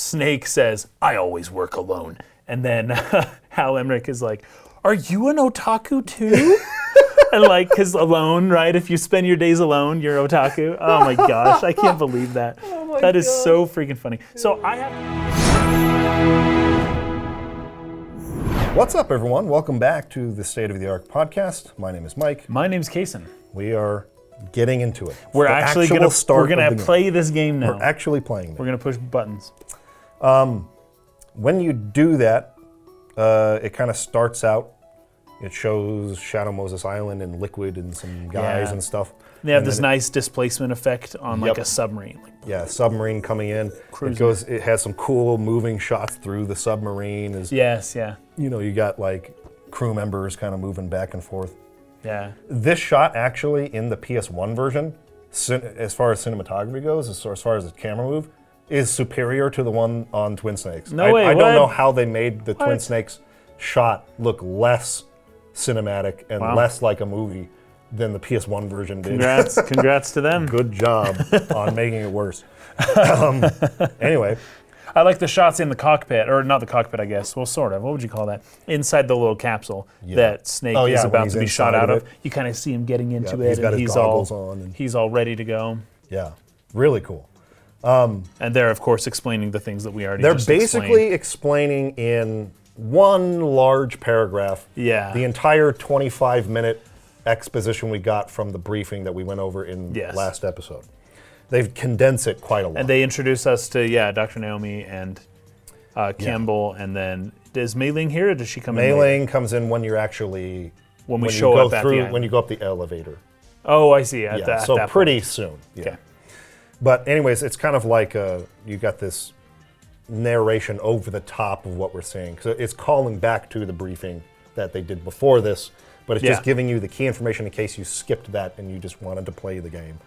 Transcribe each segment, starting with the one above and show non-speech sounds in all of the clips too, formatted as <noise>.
Snake says, I always work alone. And then <laughs> Hal Emmerich is like, Are you an otaku <laughs> too? and like, because alone, right? If you spend your days alone, you're otaku. Oh my gosh, I can't believe <laughs> that. That Oh is so freaking funny. So I have. What's up, everyone? Welcome back to the State of the Arc podcast. My name is Mike. My name's Kason. We are getting into it. We're The actually actual gonna start we're gonna of the game. play this game now. We're actually playing. we're This. gonna push buttons. When you do that, uh, it kind of starts out. It shows Shadow Moses Island and Liquid and some guys Yeah. and stuff. They have And this then nice displacement effect on like Yep. a submarine. Like, it- yeah submarine coming in. Cruising. It goes. It has some cool moving shots through the submarine. As yes, yeah, you know, you got like crew members kind of moving back and forth. yeah. this shot actually in the PS1 version, cin- as far as cinematography goes, as, as far as the camera move, is superior to the one on Twin Snakes. No I, way, I don't what? know how they made the Twin What? Snakes shot look less cinematic and Wow. less like a movie than the PS1 version did. Congrats, <laughs> congrats to them. <laughs> Good job on making it worse. Um, anyway, I like the shots in the cockpit, or not the cockpit, I guess. Well, sort of. What would you call that? Inside the little capsule that Snake Oh, yeah, is when about he's to be shot inside out of of. it. You kind of see him getting into Yeah, it, he's got and his he's all goggles on and- he's all ready to go. yeah, really cool. And they're of course explaining the things that we already. They're just explained. basically explaining in one large paragraph Yeah. the entire 25 minute exposition we got from the briefing that we went over in Yes. last episode. They've condensed it quite a lot. And they introduce us to yeah, Dr. Naomi and uh, Campbell, and then is Mei Ling here? or Does she come in? later? Mailing comes in when you're actually When we you show go up at the through when island. you go up the elevator. Oh, I see. At Yeah, that, so that pretty soon. Yeah. point. Okay. But anyways, it's kind of like uh, you got this narration over the top of what we're seeing. So it's calling back to the briefing that they did before this, but it's just Yeah. giving you the key information in case you skipped that and you just wanted to play the game.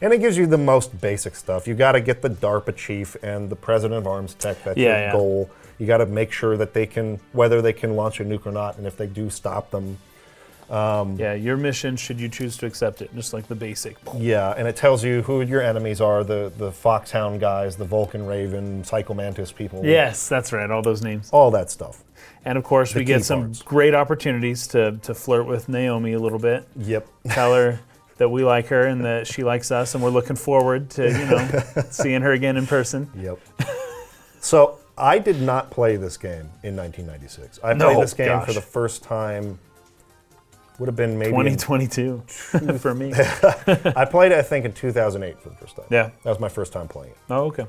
And it gives you the most basic stuff. You got to get the DARPA chief and the president of Arms Tech. That's Yeah, your yeah. goal. You got to make sure that they can, whether they can launch a nuke or not, and if they do, stop them. Yeah, your mission, should you choose to accept it, just like the basic. Yeah, and it tells you who your enemies are: the the Foxhound guys, the Vulcan Raven, Psycho Mantis people. Yes, that's right. All those names. all that stuff. And of course, we get key some parts. great opportunities to, to flirt with Naomi a little bit, Yep. tell <laughs> her that we like her and that she likes us, and we're looking forward to you <laughs> know seeing her again in person. <laughs> Yep. so I did not play this game in 1996. I No, played this game for gosh. the first time. Would have been maybe. in- 2022 <laughs> for me. I played it, I think, in 2008 for the first time. Yeah. That was my first time playing it Oh, okay.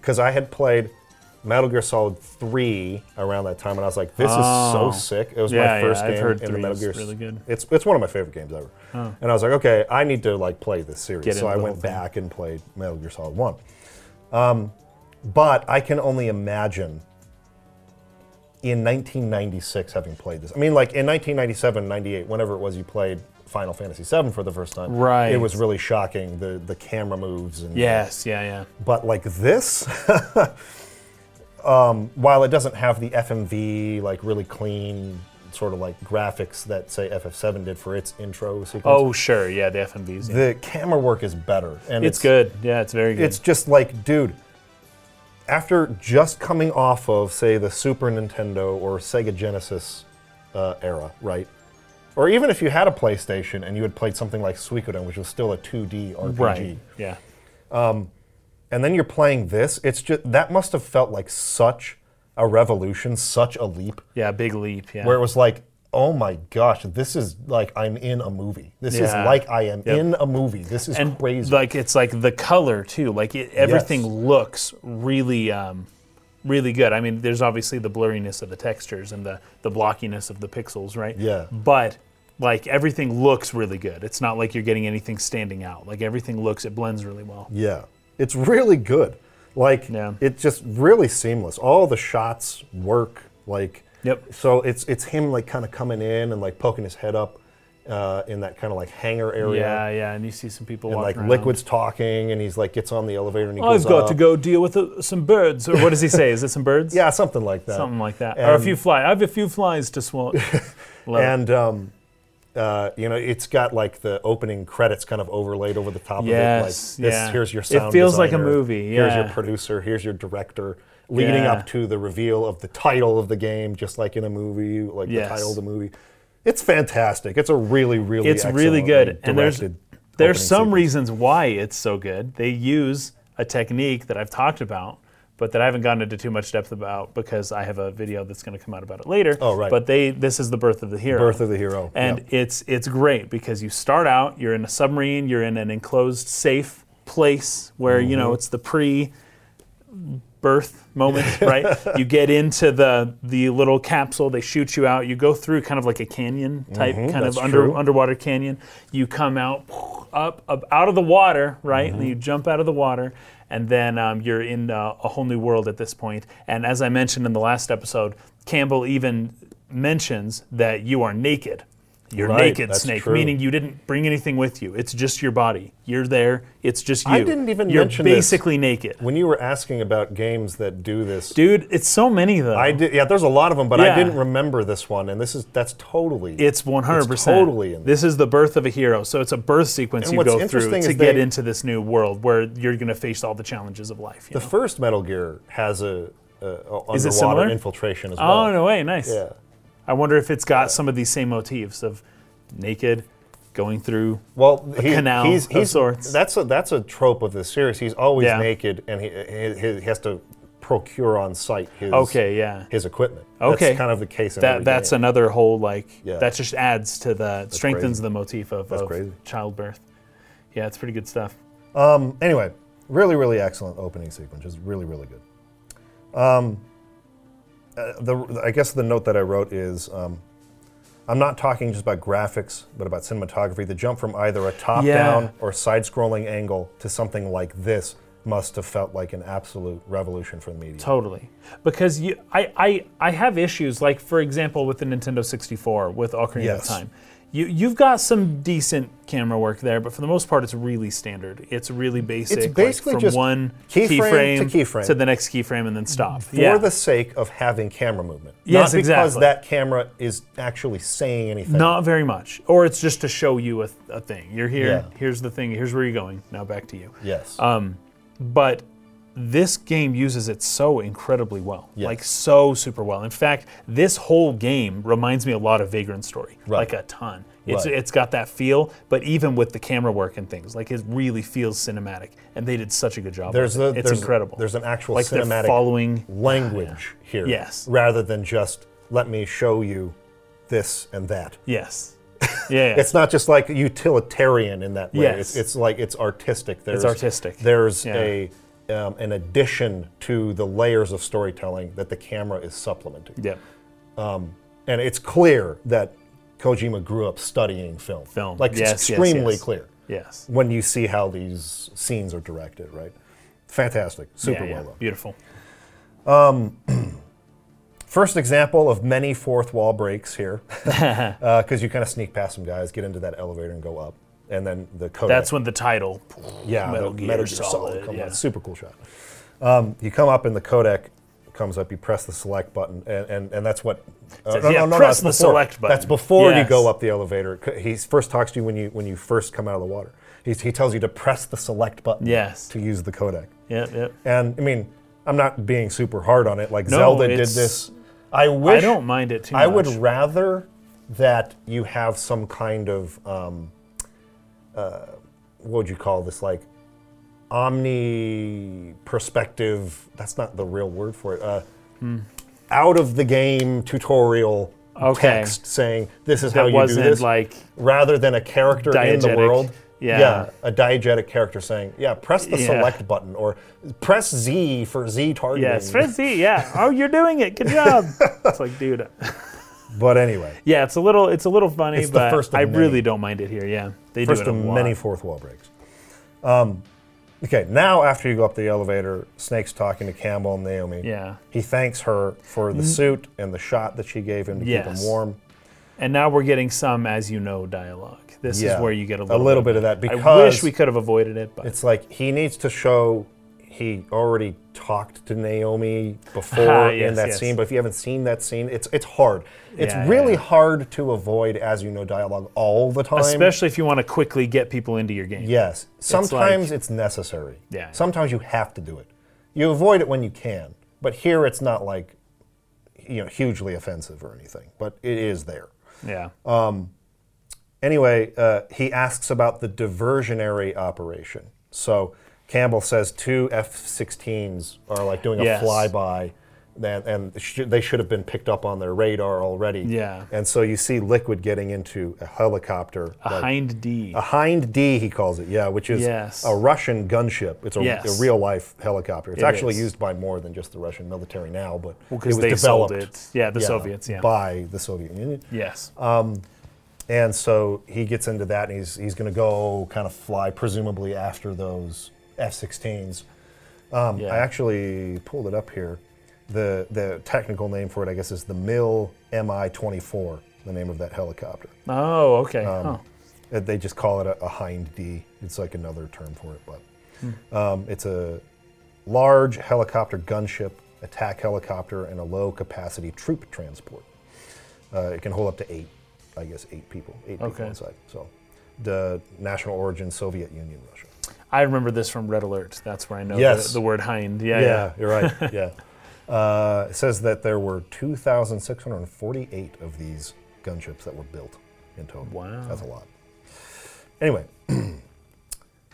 because I had played. Metal Gear Solid 3 around that time, and I was like, "This is so Oh. sick!" It was Yeah, yeah, my first I've game heard in the 3 Metal is Gear. s- really good. It's it's one of my favorite games ever. And I was like, "Okay, I need to like play this series." Get so into I the went whole thing. back and played Metal Gear Solid One. Um, but I can only imagine in 1996 having played this. I mean, like in 1997, 98, whenever it was you played Final Fantasy VII for the first time, Right. It was really shocking the the camera moves and Yes, yeah, yeah. but like this, <laughs> um, while it doesn't have the FMV like really clean sort of like graphics that say FF7 did for its intro sequence, Oh, sure. Yeah, the FMVs. Yeah. the camera work is better and Oh. It's good. Yeah, it's very good. It's just like, dude. After just coming off of, say, the Super Nintendo or Sega Genesis uh, era, right? Or even if you had a PlayStation and you had played something like Suikoden, which was still a 2D RPG, right. Yeah. and then you're playing this it's just that must have felt like such a revolution such a leap Yeah, big leap. Yeah. where it was like oh my gosh this is like i'm in a movie this is Yeah. like i am Yep. in a movie this is and crazy like it's like the color too like it, everything Yes. looks really um, really good i mean there's obviously the blurriness of the textures and the the blockiness of the pixels right Yeah. but like everything looks really good it's not like you're getting anything standing out like everything looks it blends really well yeah it's really good like Yeah. it's just really seamless all the shots work like Yep. so it's it's him like kind of coming in and like poking his head up uh, in that kind of like hangar area yeah yeah and you see some people and walking like around. liquids talking and he's like gets on the elevator and he goes i've got up. to go deal with uh, some birds or what does he say is it some birds <laughs> yeah something like that something like that or a And- few fly i have a few flies to swallow Love it. And um, Uh, you know, it's got like the opening credits kind of overlaid over the top Yes, of it. Like this, yeah. here's your It sound. feels like a designer, movie, Here's your yeah. producer. Here's your director. Leading Yeah. up to the reveal of the title of the game, just like in a movie, like Yes. the title of the movie. It's fantastic. It's a really, really, it's really good excellently and there's directed there's opening some sequence. reasons why it's so good they use a technique that i've talked about but that i haven't gotten into too much depth about because i have a video that's going to come out about it later Oh, right. but they this is the birth of the hero Birth of the Hero. and Yep. it's it's great because you start out you're in a submarine you're in an enclosed safe place where Mm-hmm. you know it's the pre birth <laughs> moment right you get into the the little capsule they shoot you out you go through kind of like a canyon type kind of Mm-hmm, that's under true. underwater canyon you come out up, up out of the water right Mm-hmm. and you jump out of the water and then um, you're in uh, a whole new world at this point point. and as i mentioned in the last episode campbell even mentions that you are naked you're Right, naked that's snake true. meaning you didn't bring anything with you it's just your body you're there it's just you I didn't even you're mention this. basically naked when you were asking about games that do this, dude it's so many though I did. Yeah, there's a lot of them, but I Yeah. didn't remember this one, and this is that's totally. It's 100%. It's totally in This is the birth of a hero. So it's a birth sequence And you what's go through interesting to is get they- into this new world where you're going to face all the challenges of life. You the know? first Metal Gear has a, a, a Is it underwater similar? infiltration as well. Oh, no way. Nice. Yeah. I wonder if it's got some of these same motifs of naked, going through. Well, he, canal he's, of he's sorts. That's a that's a trope of the series. He's always Yeah. naked, and he, he, he has to procure on site his Okay, yeah. his equipment. Okay. that's kind of the case. In every That, that's game. another whole, like, Yeah. that just adds to the, strengthens the motif of, of crazy. childbirth. Yeah, it's pretty good stuff. Um, anyway, really, really excellent opening sequence. It's really, really good. Um, uh, the, I guess the note that I wrote is um, I'm not talking just about graphics, but about cinematography. The jump from either a top down Yeah. or side scrolling angle to something like this must have felt like an absolute revolution for the media. Totally. Because you, I, I, I have issues, like, for example, with the Nintendo 64, with Ocarina Yes. of Time. You, you've got some decent camera work there, but for the most part, it's really standard. It's really basic. like, basically from just one keyframe to keyframe keyframe. to the next keyframe and then stop. For yeah. the sake of having camera movement. Yes, not because exactly. that camera is actually saying anything. Not very much. Or it's just to show you a, a thing. You're here, Yeah. here's the thing, here's where you're going, now back to you. Yes. Um, but this game uses it so incredibly well Yes. like so super well in fact this whole game reminds me a lot of vagrant story Right. like a ton it's, Right. it's got that feel but even with the camera work and things like it really feels cinematic and they did such a good job there's of it. a, it's there's- incredible There's an actual like they're cinematic following language here. Yes. Rather than just let me show you this and that. <laughs> yes yeah, yeah. It's not just like utilitarian in that way. It's, Yes. it's like it's artistic. There's, artistic. There's Yeah. a um, an addition to the layers of storytelling that the camera is supplementing. Yep. And it's clear that Kojima grew up studying film. Film. Like it's Yes, yes, extremely yes. clear yes when you see how these scenes are directed, right? Fantastic. Super Yeah, yeah. well done. beautiful First example of many fourth wall <laughs> breaks here, because you kind of sneak past some guys, get into that elevator, and go up, and then the codec. that's when the title yeah, Metal the Gear Solid, comes yeah. out. Super cool shot. Um, you come up, and the codec comes up. You press the select button, and, and, and that's what. uh, Says, yeah, press that's the before. select button. That's before you Yes. go up the elevator. C- He first talks to you when you when you first come out of the water. He, he tells you to press the select button Yes. to use the codec. yep yep And I mean, I'm not being super hard on it. Like No, Zelda did it's- this. I wish i don't mind it too I much would rather that you have some kind of um, uh, what would you call this like omni perspective. That's not the real word for it. Uh, Hmm. Out of the game tutorial Okay. text saying this is how that you do wasn't this, like rather than a character in the Diegetic. world. Yeah. a diegetic character saying, "Yeah, press the Yeah. select button or press Z for Z targeting." yes frizzy <laughs> yeah oh you're doing it good job it's like dude But anyway, Yeah, it's a little it's a little funny, the but first of I many. really don't mind it here. Yeah, they First do it a of lot. many fourth wall breaks. Um, okay, now after you go up the elevator, Snake's talking to Campbell and Naomi. Yeah. Mm-hmm. He thanks her for the suit and the shot that she gave him to keep him Yes. warm. and now we're getting some as you know dialogue. This Yeah, is where you get a a little, little bit of that I because wish we could have avoided it, but It's like he needs to show he already talked to Naomi before in Ah, Yes, that yes. scene. But if you haven't seen that scene, it's it's hard. It's Yeah, yeah, really yeah. hard to avoid as you know dialogue all the time. Especially if you want to quickly get people into your game. yes, like- sometimes it's, necessary. Yeah, yeah. Sometimes you have to do it. You avoid it when you can. But here it's not like you know hugely offensive or anything. But it is there. Yeah. Uh, Anyway, uh, he asks about the diversionary operation. So Campbell says two F-16s are like doing a Yes. flyby, and, and sh- they should have been picked up on their radar already. Yeah. And so you see Liquid getting into a helicopter. like- Hind D. a Hind D, he calls it, yeah, which is Yes. a Russian gunship. It's a, Yes. real life helicopter. It's It actually is. used by more than just the Russian military now, but it was Because they developed sold it. Yeah, the yeah, Soviets. Yeah. by the Soviet Union. yes. um, And so he gets into that, and he's he's going to go kind of fly, presumably after those F-16s. Um, Yeah. I actually pulled it up here. The the technical name for it, I guess, is the Mill Mi-24. The name of that helicopter. oh, okay. huh. Uh, They just call it a, a hind D. It's like another term for it, but Hmm. um, it's a large helicopter gunship, attack helicopter, and a low-capacity troop transport. Uh, it can hold up to eight, I guess, eight people, eight people Okay. inside. So, the national origin, Soviet Union, Russia. I remember this from Red Alert. That's where I know Yes. the, the word hind. Yeah, Yeah, yeah. <laughs> you're right. yeah, uh, it says that there were 2,648 of these gunships that were built in total. Wow. that's a lot. Anyway,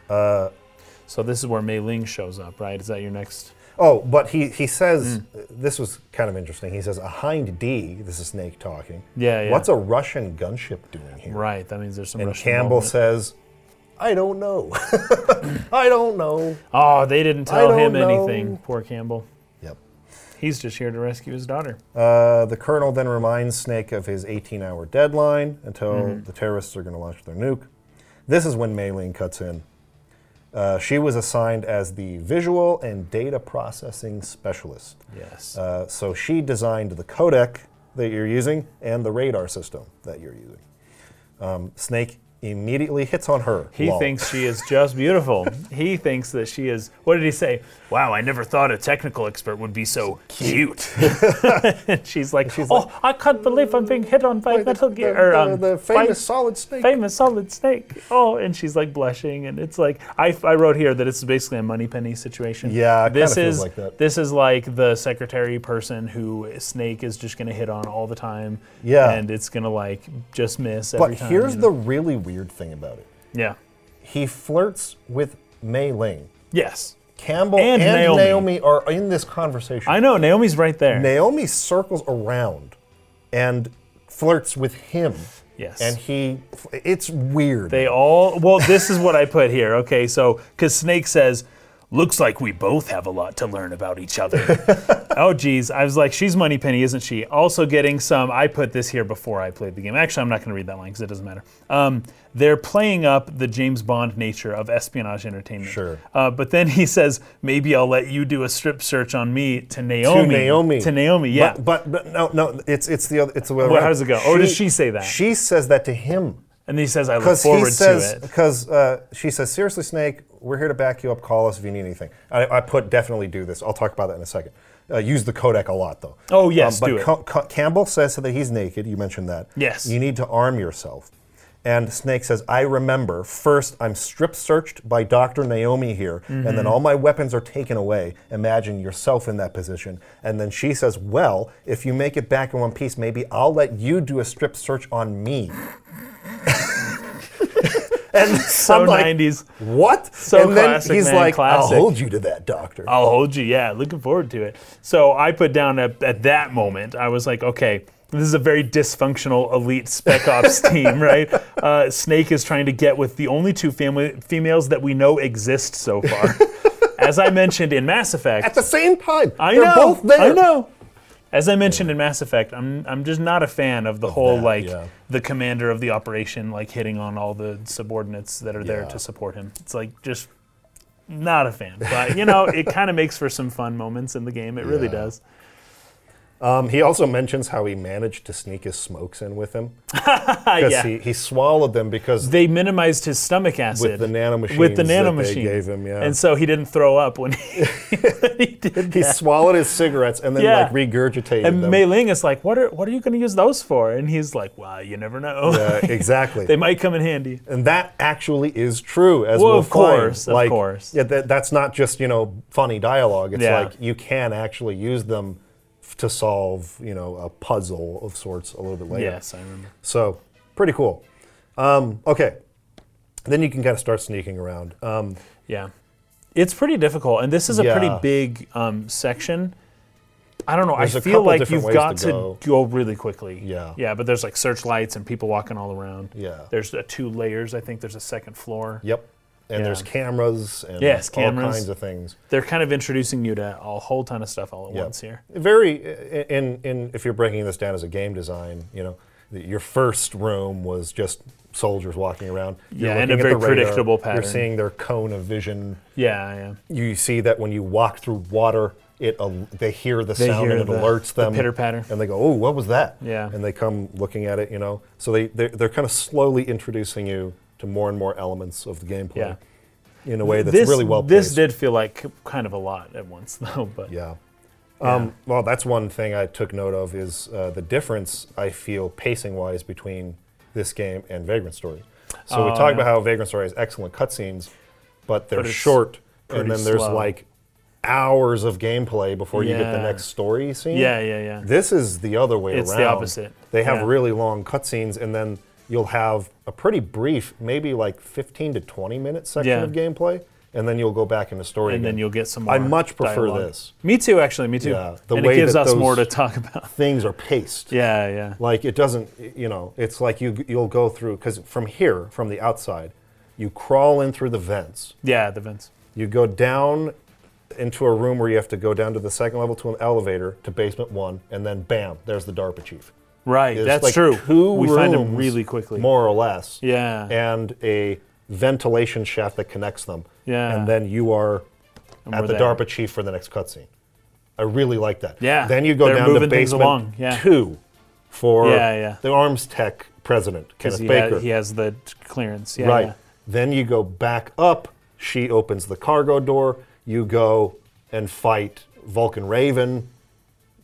So this is where Mei Ling shows up, right? Is that your next? Oh, but he, he says, Mm. this was kind of interesting. He says, a hind D, this is Snake talking. Yeah, yeah. What's a Russian gunship doing here? Right. That means there's some And Russian Campbell involvement. says, I don't know. <laughs> I don't know. Oh, they didn't I tell don't him know. anything. Poor Campbell. Yep. He's just here to rescue his daughter. Uh, the colonel then reminds Snake of his 18 hour deadline until Mm-hmm. the terrorists are going to launch their nuke. This is when Mei Ling cuts in. Uh, she was assigned as the visual and data processing specialist. Yes. Uh, so she designed the codec that you're using and the radar system that you're using. Um, Snake immediately hits on her. he Lol. thinks she is just <laughs> beautiful. he thinks that she is. What did he say? Wow, I never thought a technical expert would be so cute. And <laughs> she's like, oh, I can't believe I'm being hit on by Like the, Metal the- Gear. or, the- um, the by- famous solid snake. famous solid snake. Oh, and she's like blushing, and it's like I, I wrote here that it's basically a money penny situation. Yeah, it kinda this feels is like that. this is like the secretary person who Snake is just gonna hit on all the time. Yeah. and it's gonna like just miss but every time. here's you the know? really weird thing about it. yeah, He flirts with Mei Ling. yes, Campbell and, And Naomi. Naomi are in this conversation. I know Naomi's right there. Naomi circles around and flirts with him. Yes. And he, it's weird. They all, well, this is what I put here. Okay, so, because Snake says, looks like we both have a lot to learn about each <laughs> other. oh, geez. I was like, she's Moneypenny, isn't she? Also getting some, I put this here before I played the game. Actually, I'm not going to read that line because it doesn't matter. Um, they're playing up the James Bond nature of espionage entertainment. Sure. Uh, but then he says, maybe I'll let you do a strip search on me to Naomi. To Naomi. To Naomi, yeah. But, but, but no, no, it's it's the other, it's the way Well, around. how does it go? Oh, does she say that? She says that to him and he says, I look because he forward says to it. because uh, she says seriously, Snake, we're here to back you up. Call us if you need anything. I, I put definitely do this. I'll talk about that in a second. Uh, use the codec a lot though. Um, Oh, yes, but do it. Ca- Ca- Campbell says that he's naked. You mentioned that. Yes. You need to arm yourself. And Snake says, I remember. First, I'm strip searched by Dr. Naomi here, and Mm-hmm. then all my weapons are taken away. Imagine yourself in that position. And then she says, Well, if you make it back in one piece, maybe I'll let you do a strip search on me. <laughs> and So I'm like, 90s. What? So and then classic, he's man, like, classic. Uh, I'll hold you to that, doctor. I'll hold you. Yeah, looking forward to it. So I put down at, at that moment, I was like, okay, this is a very dysfunctional elite <laughs> spec ops team, right? Uh, Snake is trying to get with the only two family, females that we know exist so <laughs> far. As I mentioned in Mass Effect, At the same time, I they're know. both there. I know. As I mentioned in Mass Effect, I'm I'm just not a fan of the whole that, like yeah. the commander of the operation like hitting on all the subordinates that are there Yeah. to support him. It's like just not a fan. But you know, it kind of makes for some fun moments in the game. It really Yeah. does. Um, he also mentions how he managed to sneak his smokes in with him because Uh, yeah. he, he swallowed them because They minimized his stomach acid with the nanomachines with the that they nanomachine gave him. Yeah, and so he didn't throw up when he, when he did. <laughs> he swallowed his cigarettes and then Yeah. like regurgitated And them. Mei <laughs> Ling is like, "What are what are you going to use those for?" And he's like, "Well, you never know. Uh, <laughs> exactly. they might come in handy." And that actually is true, as Well, we'll of course, find. of Like, course. Yeah, that, that's not just you know funny dialogue. It's Yeah. like you can actually use them f- to solve you know a puzzle of sorts a little bit later. Yes, I remember. So pretty cool. Um, okay, then you can kind of start sneaking around. Um, Yeah, it's pretty difficult, and this is a pretty Yeah. big um, section. I don't know. There's I a feel couple like different you've ways got to to go. go. really quickly. Yeah. Yeah, but there's like searchlights and people walking all around. Yeah. There's uh, two layers. I think there's a second floor. yep. And Yeah. there's cameras and Yes, all cameras. kinds of things. They're kind of introducing you to a whole ton of stuff all at Yeah. once here. Very i- in in if you're breaking this down as a game design, you know, th- your first room was just soldiers walking around. You're Yeah, and a looking at the very radar. predictable pattern. You're seeing their cone of vision. Yeah, yeah. You see that when you walk through water, it al- they hear the sound hear and it the- alerts the them. pitter-patter. And they go, "Oh, what was that?" Yeah. And they come looking at it, you know. So they they're, they're kind of slowly introducing you to more and more elements of the gameplay in a way that's really well This placed. did feel like k- kind of a lot at once, <laughs> though. But Yeah. Um, well, that's one thing I took note of is uh, the difference I feel pacing wise between this game and Vagrant Story. So we Oh, talk yeah. about how Vagrant Story has excellent cutscenes, but they're But it's short, pretty and then there's slow. like hours of gameplay before you get the Yeah. next story scene. yeah, yeah, yeah. This is the other way It's the around. opposite. They have Yeah. really long cutscenes, and then you'll have a pretty brief, maybe like 15 to 20 minute section Yeah. of gameplay, and then you'll go back into story. and again. then you'll get some more. I much prefer dialogue. this. Me too, actually. Me too. Yeah, the and it way gives that us more to those- talk about. <laughs> things are paced. Yeah, yeah. Like it doesn't, you know, it's like you you'll go through because from here, from the outside, you crawl in through the vents. Yeah, the vents. You go down into a room where you have to go down to the second level to an elevator to basement one, and then bam, there's the DARPA chief. Right, There's that's like true. Two we find them rooms, really quickly. more or less. Yeah. And a ventilation shaft that connects them. Yeah. And then you are we're at the there. DARPA chief for the next cutscene. I really like that. Yeah, Then you go they're down to moving things basement along, yeah. two for Yeah, yeah. the arms tech president, 'Cause Kenneth he, Baker. ha- he has the t- clearance. Yeah, right. yeah. Then you go back up. She opens the cargo door. You go and fight Vulcan Raven.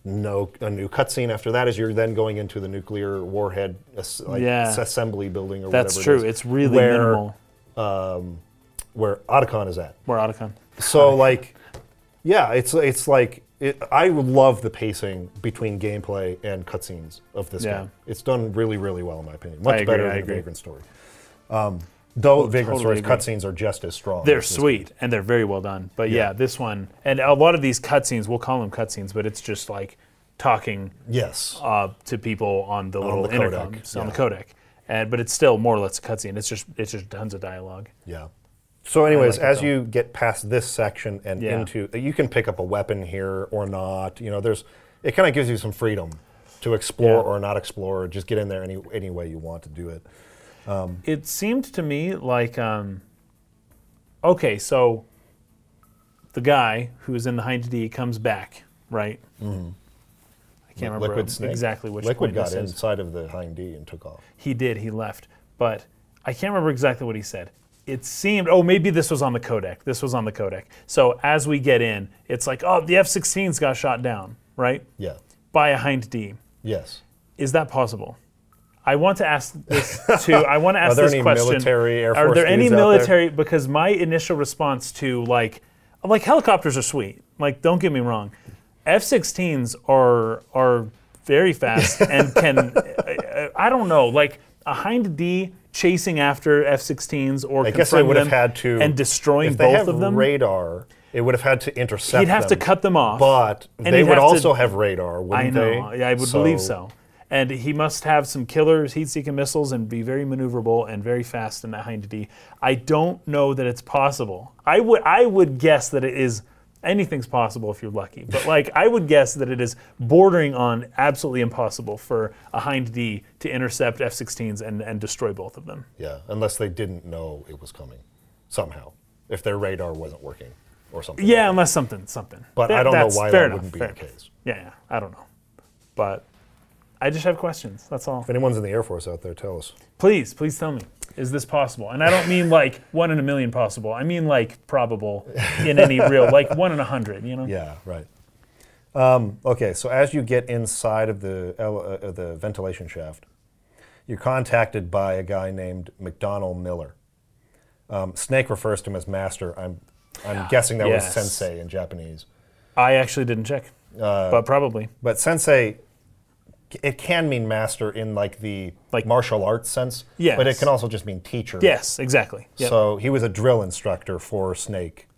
No, a new cutscene after that is you're then going into the nuclear warhead as- like, Yeah. s- assembly building or That's whatever. it true. is, It's really where, minimal. Where Otacon is at. We're out of time. So like, yeah, it's it's like it, I love the pacing between gameplay and cutscenes of this Yeah. game. It's done really really well in my opinion. Much agree, better I than agree. Vagrant Story. Um, though Vagrant totally agree. Story's cutscenes are just as strong. They're as this sweet and they're very well done. But yeah. this one and a lot of these cutscenes, we'll call them cutscenes, but it's just like talking game. Yes. uh, to people on the little the intercom codec, on the yeah. codec. And but it's still more or less a cutscene. It's just it's just tons of dialogue. Yeah. So, anyways, like it as though. you get past this section and Yeah. into, you can pick up a weapon here or not. You know, there's, it kind of gives you some freedom to explore Yeah. or not explore. Just get in there any any way you want to do it. It seemed to me like um, okay, so the guy who is in the Hind D comes back, right? Mm-hmm. I can't remember Liquid Snake. exactly which Liquid point got this is. inside of the hind D and took off. He did. He left. But I can't remember exactly what he said. It seemed, oh, maybe this was on the codec. This was on the codec. So as we get in, it's like, oh, the F 16s got shot down, right? Yeah. By a Hind D. Yes. Is that possible? I want to ask <laughs> this to. I want to ask there this any question. military, Air Are Force there any dudes out there? military? Because my initial response to like, like helicopters are sweet. Like, don't get me wrong, F-16s are are very fast <laughs> and can. I- I I don't know, like a hind D chasing after F-16s or I guess they would have confronting them had to and destroying if they both have of them. radar. It would have had to intercept. He'd have to them, cut them off. But they he'd have would to- also have radar, wouldn't I know. they? Yeah, I would believe so. And he must have some killer heat-seeking missiles and be very maneuverable and very fast in that hind D. I don't know that it's possible. I would I would guess that it is anything's possible if you're lucky. <laughs> But like I would guess that it is bordering on absolutely impossible for a hind D to intercept F-16s and, and destroy both of them. Yeah, unless they didn't know it was coming, somehow. If their radar wasn't working, or something. Yeah, unless something something. But That- I don't know that's why fair that enough, wouldn't be fair the enough. case. Yeah, yeah, I don't know. But I just have questions. That's all. If anyone's in the Air Force out there, tell us. Please, please tell me. Is this possible? And I don't mean like one in a million possible. I mean like probable in any <laughs> real, like one in a hundred, you know? Yeah, right. Um, okay, so as you get inside of the ele- uh, uh, the ventilation shaft, you're contacted by a guy named McDonald Miller. Um, Snake refers to him as Master. I'm I'm guessing that Yes. was Sensei in Japanese. I actually didn't check, Uh, but probably. But Sensei, it can mean Master in like the Like- martial arts sense. Yes. But it can also just mean teacher. Yes, exactly. Yep. So he was a drill instructor for Snake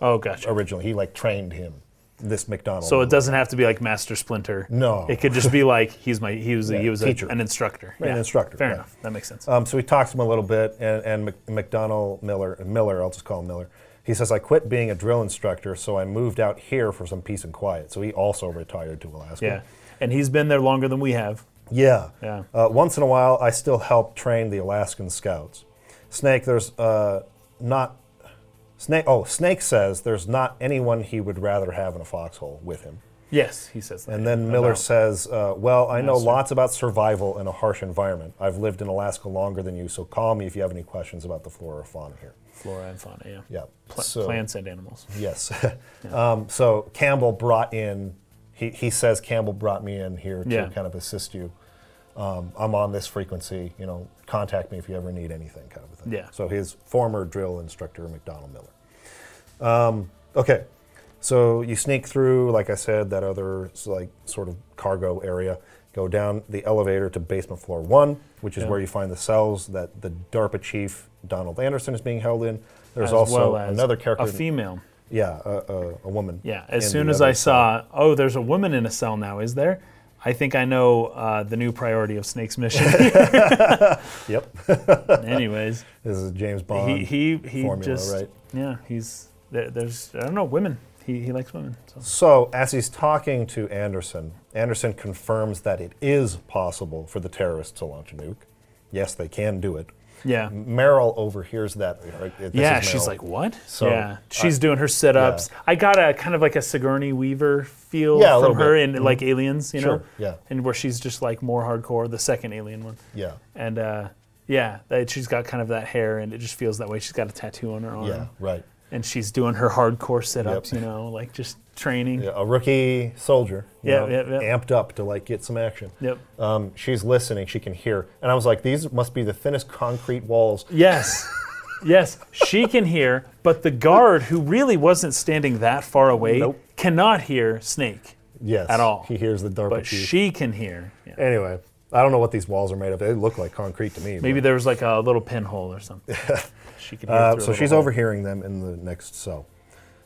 oh, gotcha. originally. He like trained him. This McDonald. So it doesn't have to be like Master Splinter. No. It could just be like he's my he was a, he was a, teacher. an instructor. An instructor, Fair yeah. enough. That makes sense. Um, so he talks to him a little bit, and, and Mc, McDonald Miller, Miller, I'll just call him Miller. He says, I quit being a drill instructor, so I moved out here for some peace and quiet. So he also retired to Alaska. yeah. And he's been there longer than we have. Yeah. Yeah. Uh, once in a while, I still help train the Alaskan Scouts. Snake, there's uh, not. Snake, oh, Snake says there's not anyone he would rather have in a foxhole with him. Yes, he says that. And then Miller About- says, uh, Well, I know Master. lots about survival in a harsh environment. I've lived in Alaska longer than you, so call me if you have any questions about the flora or fauna here. flora and fauna, yeah. Yeah. Pla- so, plants and animals. Yes. <laughs> um, so Campbell brought in. He, he says Campbell brought me in here to Yeah. kind of assist you. Um, I'm on this frequency. You know, contact me if you ever need anything, kind of a thing. Yeah. So his former drill instructor, McDonald Miller. Um, okay. So you sneak through, like I said, that other s- like sort of cargo area. Go down the elevator to basement floor one, which is where you find the cells that the DARPA chief Donald Anderson is being held in. There's As also well as another character. A female. Yeah, a, a, a woman. Yeah, as in soon the as other I saw, oh, there's a woman in a cell now, is there? I think I know uh, the new priority of Snake's <laughs> mission. side. Yep. <laughs> Anyways, this is James Bond. he he he formula, just right? yeah, he's there, there's I don't know women. He he likes women. So so, as he's talking to Anderson, Anderson confirms that it is possible for the terrorists to launch a nuke. Yes, they can do it. yeah. Merrill overhears that. right? This is yeah, she's Merrill. like, what? So, yeah, I- she's doing her sit-ups. I got a kind of like a Sigourney Weaver feel Yeah, a from little her bit. Mm-hmm. in like Aliens, you know, Sure, yeah. and where she's just like more hardcore, the second Alien one. yeah, and uh, yeah, that she's got kind of that hair, and it just feels that way. She's got a tattoo on her arm, yeah, right. and she's doing her hardcore sit-ups, Yep. you know, like just training. Yeah, a rookie soldier, you Yeah, know, yeah, yeah. amped up to like get some action. Yep. Um, she's listening. She can hear, and I was like, "These must be the thinnest concrete walls." Yes, yes, she can hear, but the guard who really wasn't standing that far away Nope. cannot hear Snake, Yes, At all. He hears the DARPA. but chief. she can hear. Yeah. Anyway, I don't know what these walls are made of. They look like concrete to me. but- Maybe there was like a little pinhole or <laughs> something. she could hear Uh, through a so little she's hole. overhearing them in the next cell.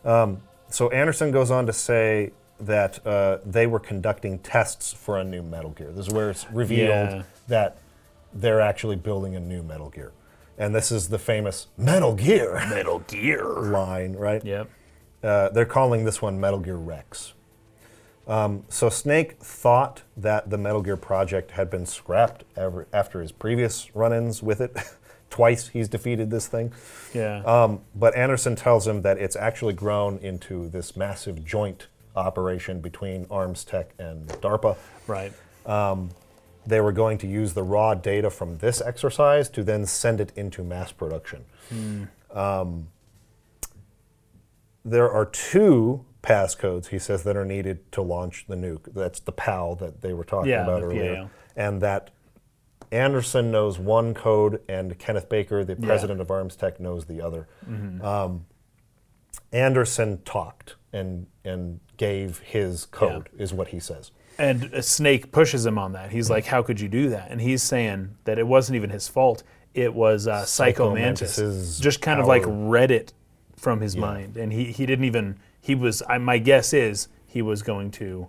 Um, so Anderson goes on to say that uh, they were conducting tests for a new Metal Gear. This is where it's revealed Yeah. that they're actually building a new Metal Gear. And this is the famous Metal Gear <laughs> Metal Gear. line, right? Yep. Uh, they're calling this one Metal Gear Rex. Um, so Snake thought that the Metal Gear project had been scrapped ever, after his previous run-ins with it. <laughs> Twice he's defeated this thing. Yeah. Um, but Anderson tells him that it's actually grown into this massive joint operation between Arms Tech and DARPA. right. They were going to use the raw data from this exercise to then send it into mass production. Um, Hmm. there are two passcodes, he says, that are needed to launch the nuke. That's the PAL that they were talking Yeah, about the earlier. And that Anderson knows one code, and Kenneth Baker, the president of Arms Tech, knows the other. Mm-hmm. Um, Anderson talked and and gave his code is what he says. And uh, Snake pushes him on that. He's like, "How could you do that?" And he's saying that it wasn't even his fault. It was uh, Psycho Mantis Mantis's just kind of like power. read it from his mind, and he, he didn't even he was. I, my guess is he was going to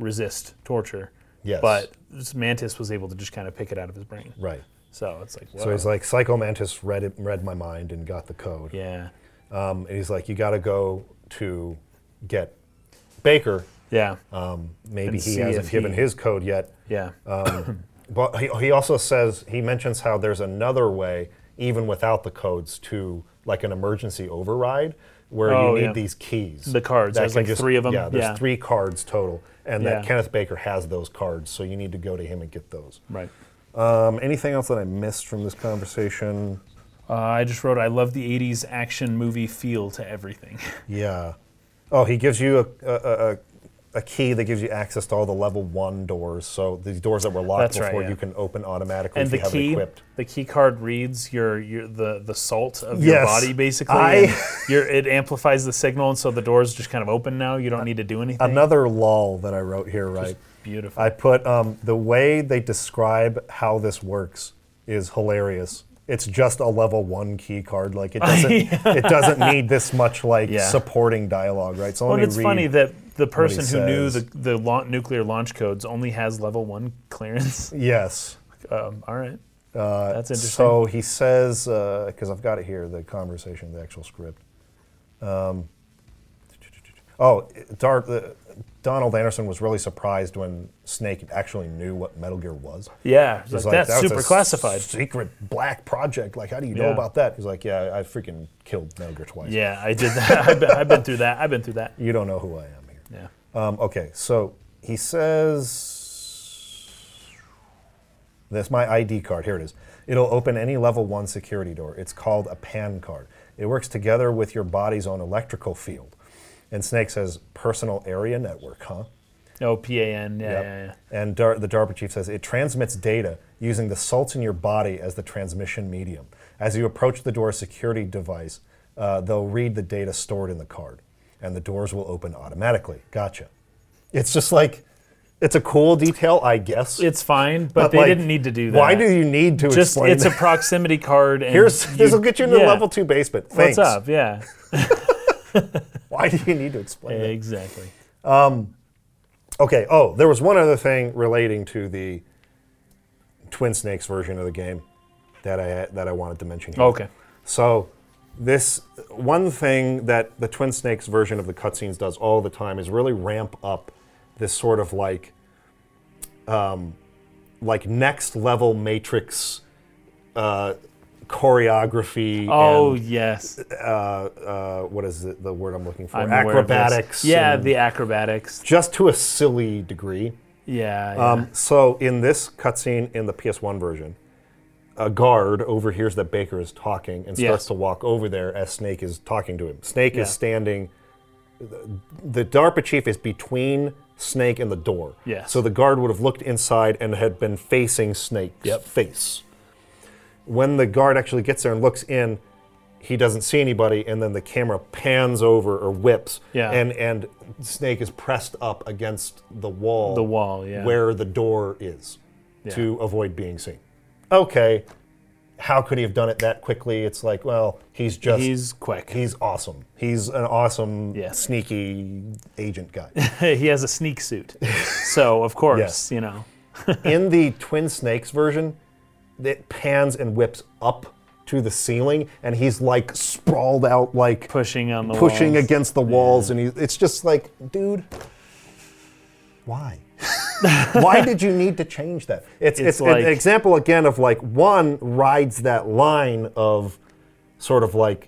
resist torture. Yes. But s- Mantis was able to just kind of pick it out of his brain. Right. So it's like, So wow. he's like, Psycho Mantis read it, read my mind and got the code. yeah, Um, and he's like, you got to go to get Baker. yeah, Um, maybe And he see hasn't if given he- his code yet. Um, yeah, uh, <coughs> But he, he also says he mentions how there's another way, even without the codes, to like an emergency override. where Oh, you need yeah. these keys. The cards. that There's can like three of 'em. Yeah, there's Yeah. three cards total, and Yeah. that Kenneth Baker has those cards, so you need to go to him and get those. Right. Um, anything else that I missed from this conversation? Uh, I just wrote, I love the 80s action movie feel to everything. Yeah. Oh, he gives you a, a, a, a- a key that gives you access to all the level one doors. So these doors that were locked That's right, before yeah. you can open automatically and if the you have it key, equipped. the key card reads your, your the, the salt of your Yes. body, basically. I- <laughs> and your- it amplifies the signal, and so the door's just kind of open now. You don't need to do anything. Another lull that I wrote here, right? Beautiful. I put um, the way they describe how this works is hilarious. It's just a level one key card. Like it <laughs> doesn't, it doesn't need this much like Yeah. supporting dialogue, right? So Well, let me it's read. funny that the person who knew the, says. the la- nuclear launch codes only has level one <laughs> clearance. <laughs> yes. Um, all right. Uh, That's interesting. So he says, because I've got it here, the conversation, the actual script. Um, oh, Dar- the, Donald Anderson was really surprised when Snake actually knew what Metal Gear was. yeah, it's He's like, like, that's "That was a super classified. Secret black project. Like, how do you know Yeah. about that? He's like, yeah, I freaking killed Metal Gear twice. Yeah, I did that. <laughs> I've, been, I've been through that. I've been through <laughs> that. You don't know who I am here. Yeah. Um, okay, so he says that's my ID card. Here it is. It'll open any level one security door. It's called a PAN card. It works together with your body's own electrical field. And Snake says, personal area network, huh? Oh, PAN. Yeah, Yep. yeah, yeah. And Dar- the DARPA chief says it transmits data using the salts in your body as the transmission medium. As you approach the door security device, uh, they'll read the data stored in the card, and the doors will open automatically. Gotcha. It's just like, it's a cool detail, I guess. It's fine, but, they like, didn't need to do that. Why do you need to Just explain? it's a that? <laughs> proximity card, and Here's, you- this will get you into yeah. level two basement. Thanks. What's up? Yeah, Why do you need to explain? that? exactly. Okay. Oh, there was one other thing relating to the Twin Snakes version of the game that I that I wanted to mention. Here. Okay. So this one thing that the Twin Snakes version of the cutscenes does all the time is really ramp up this sort of like, um, like next level Matrix uh, choreography. Oh and, yes, uh, uh, what is it, the word I'm looking for? I'm aware of this. Acrobatics. Yeah, and- the acrobatics. just to a silly degree. Yeah, yeah. Um, so in this cutscene in the PS1 version, a guard overhears that Baker is talking and starts Yes. to walk over there as Snake is talking to him. Snake Yeah. is standing. The DARPA chief is between Snake and the door. Yes. So the guard would have looked inside and had been facing Snake's Yep. face. When the guard actually gets there and looks in, he doesn't see anybody, and then the camera pans over or whips, Yeah. and and Snake is pressed up against the wall the wall. Yeah. where the door is to avoid being seen. Okay, how could he have done it that quickly? It's like, well, he's just he's, he's quick. awesome. He's an awesome, Yes. sneaky agent guy. <laughs> <laughs> he has a sneak suit, so of course Yes. you know. In the Twin Snakes version, it pans and whips up to the ceiling, and he's like sprawled out, like pushing on the pushing walls. against the walls, and he, it's just like, dude, why? <laughs> why did you need to change that? It's, it's, It's like- an example again of like one rides that line of sort of like,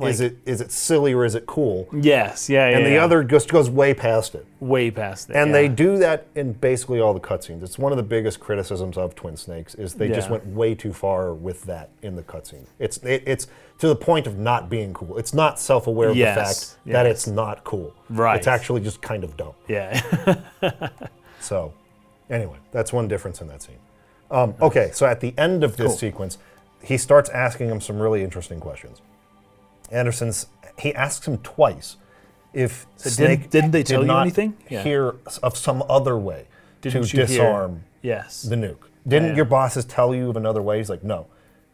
is it is it silly or is it cool? Yes, yeah, yeah. And the yeah. other just goes way past it. way past it. And yeah. they do that in basically all the cutscenes. It's one of the biggest criticisms of Twin Snakes is they just Yeah. went way too far with that in the cutscene. It's it, it's to the point of not being cool. It's not self-aware of Yes, the fact that yes. it's not cool. Right. It's actually just kind of dumb. yeah, <laughs> So, anyway, that's one difference in that scene. Um, okay, so at the end of this sequence, he starts asking him some really interesting questions. Anderson's he asks him twice if didn't- Snake didn't they tell did you not anything? Yeah. Hear s- of some other way Didn't to you hear- disarm yes. the nuke. Didn't Yeah. your bosses tell you of another way? He's like, no.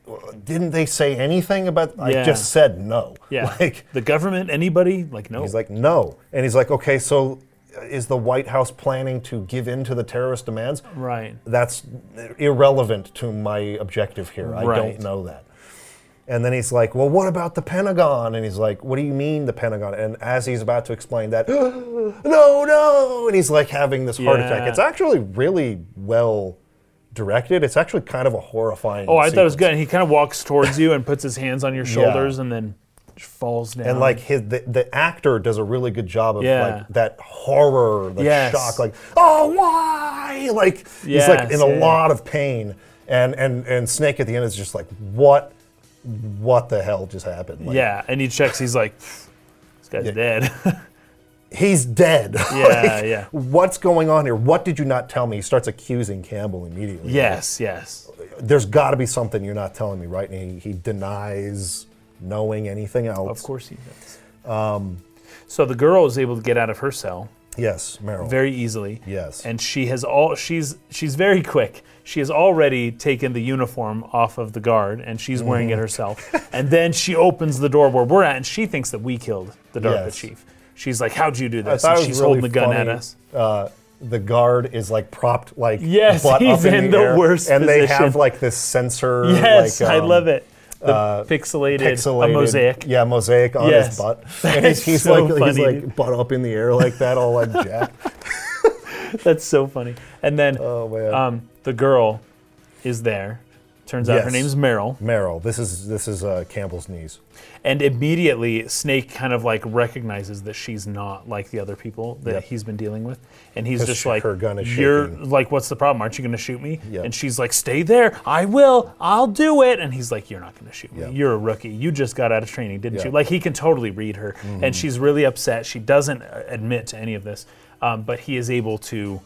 "Well, Didn't they say anything about? I Yeah. just said no. yeah, <laughs> Like the government, anybody, like no. He's like, no. And he's like, okay, so is the White House planning to give in to the terrorist demands? right. That's irrelevant to my objective here. I don't Right. know that. And then he's like, well, what about the Pentagon? And he's like, what do you mean the Pentagon? And as he's about to explain that, <gasps> no, no. And he's like having this heart attack. Yeah. It's actually really well directed. It's actually kind of a horrifying Oh, I thought it was sequence. <laughs> good. And he kind of walks towards you and puts his hands on your shoulders, and then Just falls down. And like his, the, the actor does a really good job of Yeah. like that horror, the Yes. shock, like oh why? Like he's like Yes, in a yeah, yeah. lot of pain, and and and Snake at the end is just like what, what the hell just happened? Like, yeah, and he checks. He's like, this guy's <laughs> dead. he's dead. <laughs> Yeah, Like, yeah. What's going on here? What did you not tell me? He starts accusing Campbell immediately. yes, yes. There's got to be something you're not telling me, right? And he, he denies knowing anything else. Of course he does. Um, so the girl is able to get out of her cell Yes, Meryl. very easily. Yes. And she has all she's she's very quick. She has already taken the uniform off of the guard and she's wearing Mm. it herself. and then she opens the door where we're at and she thinks that we killed the DARPA Yes. chief. She's like, How'd you do I this? thought And it was she's really holding the gun at funny, us. Uh, the guard is like propped like Yes, butt he's up in, in the, the air, worst and they position. have like this sensor. Yes, like, I um, love it. The pixelated, Pixelated, a mosaic. <laughs> Yeah, mosaic on his Yes. <laughs> butt, and he's, he's so like he's funny, like dude. butt up in the air like that, all <laughs> like jacked. That's so funny. And then Oh man, um, the girl is there. Turns out her Yes. name's Meryl. Meryl, this is this is uh, Campbell's knees. And immediately, Snake kind of like recognizes that she's not like the other people that Yep. he's been dealing with, and he's 'Cause just she- like, her gun is "You're shaking." like, what's the problem? Aren't you going to shoot me?" Yep. And she's like, "Stay there. I will. I'll do it." And he's like, "You're not going to shoot me. Yep. You're a rookie. You just got out of training, didn't you?" Yep. Mm-hmm. Like he can totally read her, and she's really upset. She doesn't uh, admit to any of this, um, but he is able to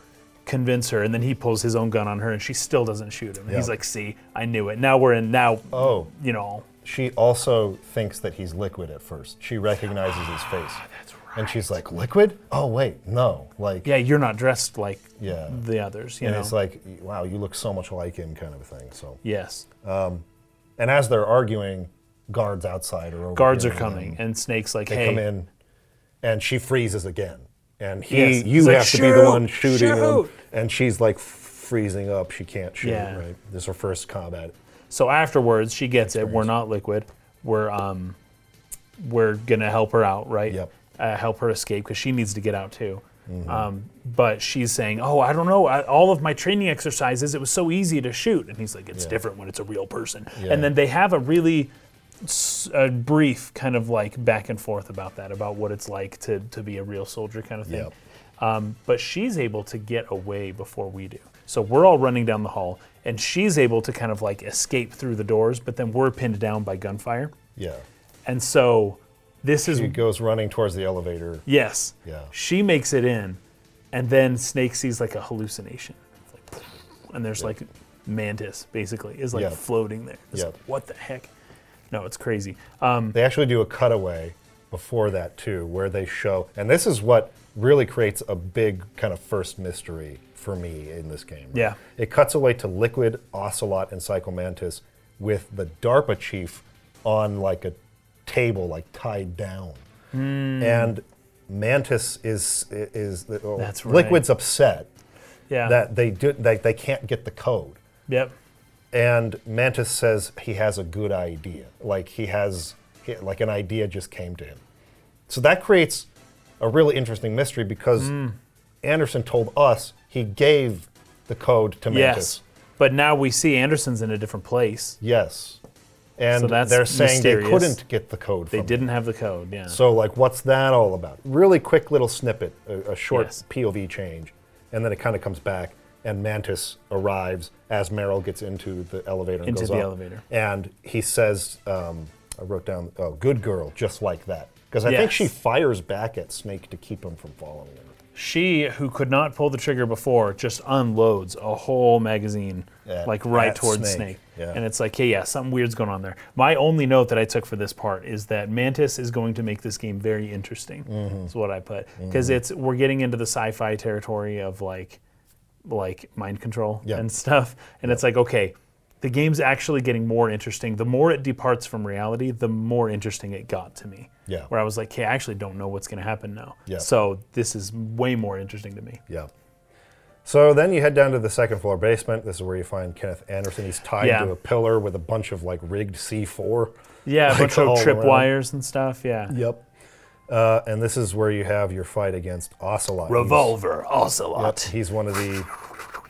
convince her, and then he pulls his own gun on her, and she still doesn't shoot him. And He's Yep. like, "See, I knew it. Now we're in. Now, Oh. you know." She also thinks that he's liquid at first. She recognizes his face. Ah, That's right. And she's like, liquid? Oh wait, no. Like yeah, you're not dressed like Yeah. the others. You and know? it's like, wow, you look so much like him kind of a thing. So yes, oh, and as they're arguing, guards outside are over. guards are coming, and Snake's like, They hey, come in and she freezes again. And he Yes. you He's like, have to be the "Shoot! one shooting him. Shoot!" And she's like freezing up. She can't shoot, Yeah. right? This is her first combat. so afterwards she gets it. We're not liquid. We're um, we're gonna help her out, right? Yep. Mm-hmm. Uh, help her escape because she needs to get out too. Um, but she's saying, "Oh, I don't know. I, all of my training exercises, it was so easy to shoot." And he's like, "It's different when it's a real person." Yeah. And then they have a really s- a brief kind of like back and forth about that, about what it's like to to be a real soldier kind of thing. Yep. Um, but she's able to get away before we do. So we're all running down the hall, and she's able to kind of like escape through the doors, but then we're pinned down by gunfire. Yeah. And so this is, He goes running towards the elevator. yes, Yeah. she makes it in, and then Snake sees like a hallucination. It's like, and there's like Mantis basically is like Yeah. floating there. It's Yeah. like, what the heck? No, it's crazy. Um, They actually do a cutaway before that too, where they show, and this is what really creates a big kind of first mystery for me in this game. right? Yeah. it cuts away to Liquid, Ocelot, and Psycho Mantis with the DARPA chief on like a table, like tied down, Hmm. and Mantis is is oh, That's right. Liquid's upset yeah. that they do that they can't get the code. Yep. And Mantis says he has a good idea. Like he has, he- like an idea just came to him. So that creates a really interesting mystery because Hmm. Anderson told us he gave the code to Mantis. Yes. But now we see Anderson's in a different place. Yes. And So that's they're saying they mysterious. couldn't get the code. They from didn't have the code. Yeah. So, like, what's that all about? Really quick little snippet, a, a short Yes. POV change, and then it kind of comes back, and Mantis arrives as Meryl gets into the elevator and Into goes the up, elevator. and he says, um, "I wrote down, oh, good girl, just like that," because I think Yes. she fires back at Snake to keep him from following her. she who could not pull the trigger before just unloads a whole magazine At- like right at towards Snake, snake, yeah. and it's like hey yeah something weird's going on there my only note that i took for this part is that mantis is going to make this game very interesting Mm-hmm. is what i put because it's we're getting into the sci-fi territory of like like mind control Yeah. and stuff and it's like okay the game's actually getting more interesting the more it departs from reality the more interesting it got to me Yeah. where i was like hey i actually don't know what's going to happen now Yeah. so this is way more interesting to me. Yeah. So then you head down to the second floor basement. This is where you find Kenneth Anderson. He's tied Yeah. to a pillar with a bunch of like rigged C4. Yeah, a like, bunch all of trip around. wires and stuff. Yeah. Yep. Uh, and this is where you have your fight against Ocelot. He's- Revolver Ocelot. <laughs> He's, one of the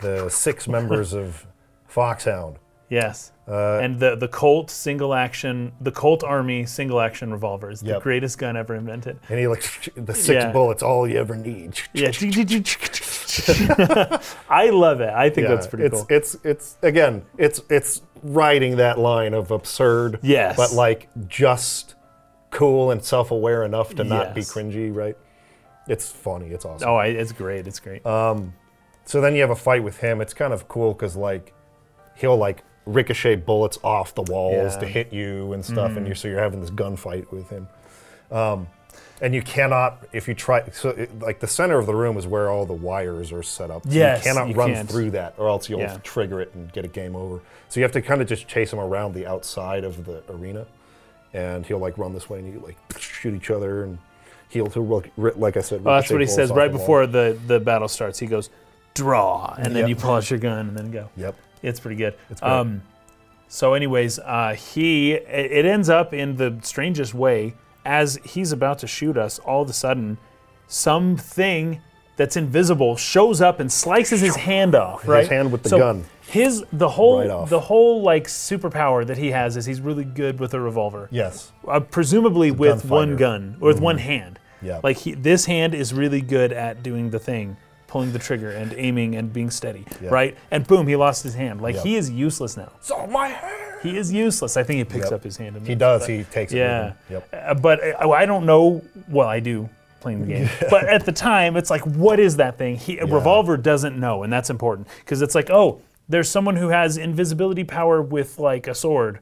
the six members of Foxhound. Yes. Uh, and the the Colt single action, the Colt Army single action revolver is the Yep. greatest gun ever invented. And he like <laughs> the six Yeah. bullets, all you ever need. Yeah. <laughs> I love it. I think that's pretty it's, cool. It's it's again, it's it's riding that line of absurd, Yes. but like just cool and self-aware enough to not be Yes. cringy, right? It's funny. It's awesome. oh, I, it's great. It's great. Uh, So then you have a fight with him. It's kind of cool because like he'll like ricochet bullets off the walls Yeah. Mm. to hit you and stuff, and you're so you're having this gunfight with him. Um, and you cannot if you try so it, like the center of the room is where all the wires are set up. Yes, you cannot you run can't. through that or else you'll Yeah. trigger it and get a game over. So you have to kind of just chase him around the outside of the arena, and he'll like run this way and you like shoot each other and. He'll, he'll like, like I said. Oh, that's what he ricochet bullets says off right the wall. before the, the battle starts. He goes, draw, and then Yep. you pull out your gun and then go. Yep. It's pretty good. Um, It's great. so, anyways, uh, he it it ends up in the strangest way. As he's about to shoot us, all of a sudden, something that's invisible shows up and slices his hand off. Right, hand with the So gun. His the whole Right off. the whole like superpower that he has is he's really good with a revolver Yes. uh, presumably with one gunfighter. Mm-hmm. gun or with one hand. Yeah. Like he, this hand is really good at doing the thing, pulling the trigger and aiming and being steady, right? And boom, he lost his hand. Like Yep. he is useless now. So my hair. He is useless. I think he picks Yep. up his hand. And He does. He takes Yeah. it. With him. Yep. Uh, but I, I don't know. Well, I do playing the game. But at the time, it's like, what is that thing? He, a Revolver doesn't know, and that's important because it's like, oh, there's someone who has invisibility power with like a sword.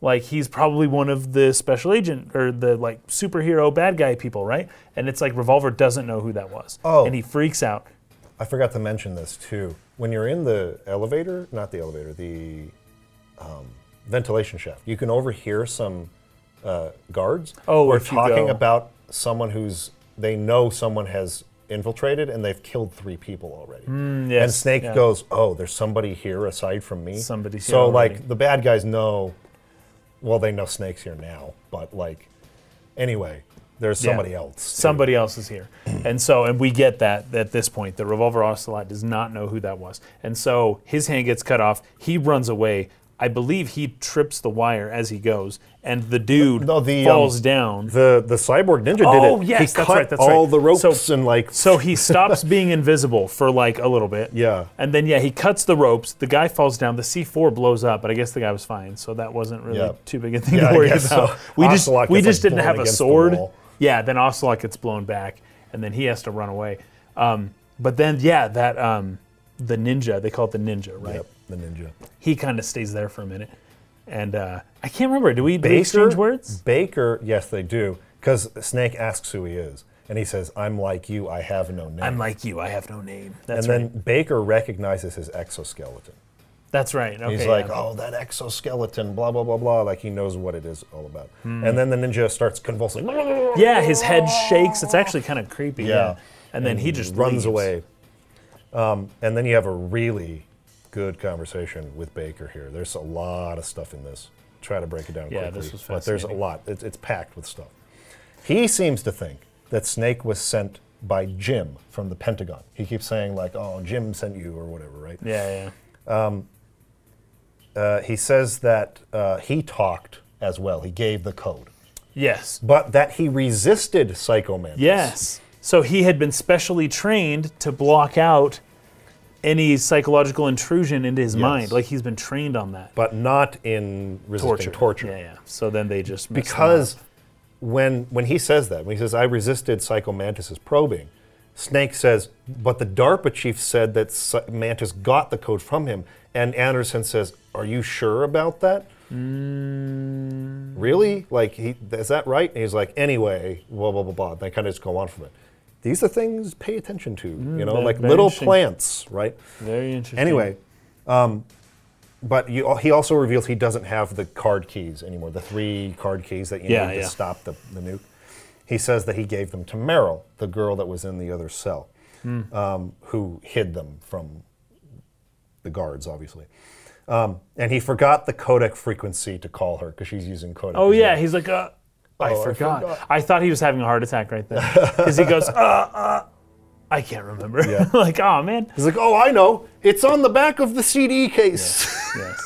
Like he's probably one of the special agent or the like superhero bad guy people, right? And it's like Revolver doesn't know who that was, Oh. and he freaks out. I forgot to mention this too. When you're in the elevator, not the elevator, the um, ventilation shaft, you can overhear some uh, guards. Oh, who are if you talking go- about someone who's they know someone has infiltrated and they've killed three people already. and yes, Snake Hmm. yeah. goes, "Oh, there's somebody here aside from me." Somebody's So here already. like the bad guys know. Well, they know Snake's here now, but like, anyway, there's Yeah. somebody else. too. Somebody else is here. Mm. And so, and we get that at this point. The revolver ocelot does not know who that was. And so his hand gets cut off. He runs away. I believe he trips the wire as he goes, and the dude No, the, falls um, down. The the cyborg ninja did Oh, it. yes, he that's cut right, that's all right. the ropes So- and like so he stops being invisible for like a little bit. Yeah. And then, yeah, he cuts the ropes. The guy falls down. The C4 blows up, but I guess the guy was fine. So that wasn't really Yeah. too big a thing Yeah, to I worry about. guess so. We just, Ocelot we gets, like, just didn't blown have a against the sword. wall. Yeah, then Ocelot gets blown back, and then he has to run away. Um, but then, yeah, that um, the ninja, they call it the ninja, right? Yep, the ninja. He kind of stays there for a minute. And uh, I can't remember. Do we, do we Baker- exchange words? Baker, yes, they do, because Snake asks who he is, and he says, "I'm like you. I have no name." I'm like you. I have no name. That's and then right. Baker recognizes his exoskeleton. That's right. Okay. He's like, yeah. "Oh, that exoskeleton, blah blah blah blah." Like he knows what it is all about. Hmm. And then the ninja starts convulsing. Yeah, his head shakes. It's actually kind of creepy. Yeah. Yeah. And then he just runs leaves. away. Um, and then you have a really good conversation with Baker here. There's a lot of stuff in this. Try to break it down Yeah, quickly. this was but there's a fascinating. lot. It's, it's packed with stuff. He seems to think that Snake was sent by Jim from the Pentagon. He keeps saying like, "Oh, Jim sent you" or whatever, right? Yeah, yeah. Uh, he says that uh, he talked as well. He gave the code, Yes. but that he resisted Psychomantis. Yes. So he had been specially trained to block out any psychological intrusion into his mind. Like he's been trained on that. but not in resisting torture. Yeah, yeah. So then they just mess him because when when he says that, when he says I resisted Psychomantis's probing, Snake says, but the DARPA chief said that Psy- Mantis got the code from him, and Anderson says, are you sure about that? Really? Like, he, is that right? And he's like, anyway, blah blah blah blah. And they kind of just go on from it. These are things pay attention to, you know, very- like very little interesting. plants, right? up. very interesting. Anyway, um, but you, al- he also reveals he doesn't have the card keys anymore, the three card keys that you Yeah, need yeah. to stop the, the nuke. He says that he gave them to Meryl, the girl that was in the other cell, Hmm. um, who hid them from the guards, obviously. Um, and he forgot the codec frequency to call her because she's using codec. Oh as yeah, well. he's like, uh, I, Oh, I forgot. I forgot. thought he was having a heart attack right <laughs> then because he goes, uh, uh, I can't remember. Yeah. <laughs> like, oh man. <laughs> He's like, oh, I know. It's on the back of the CD case. Yes.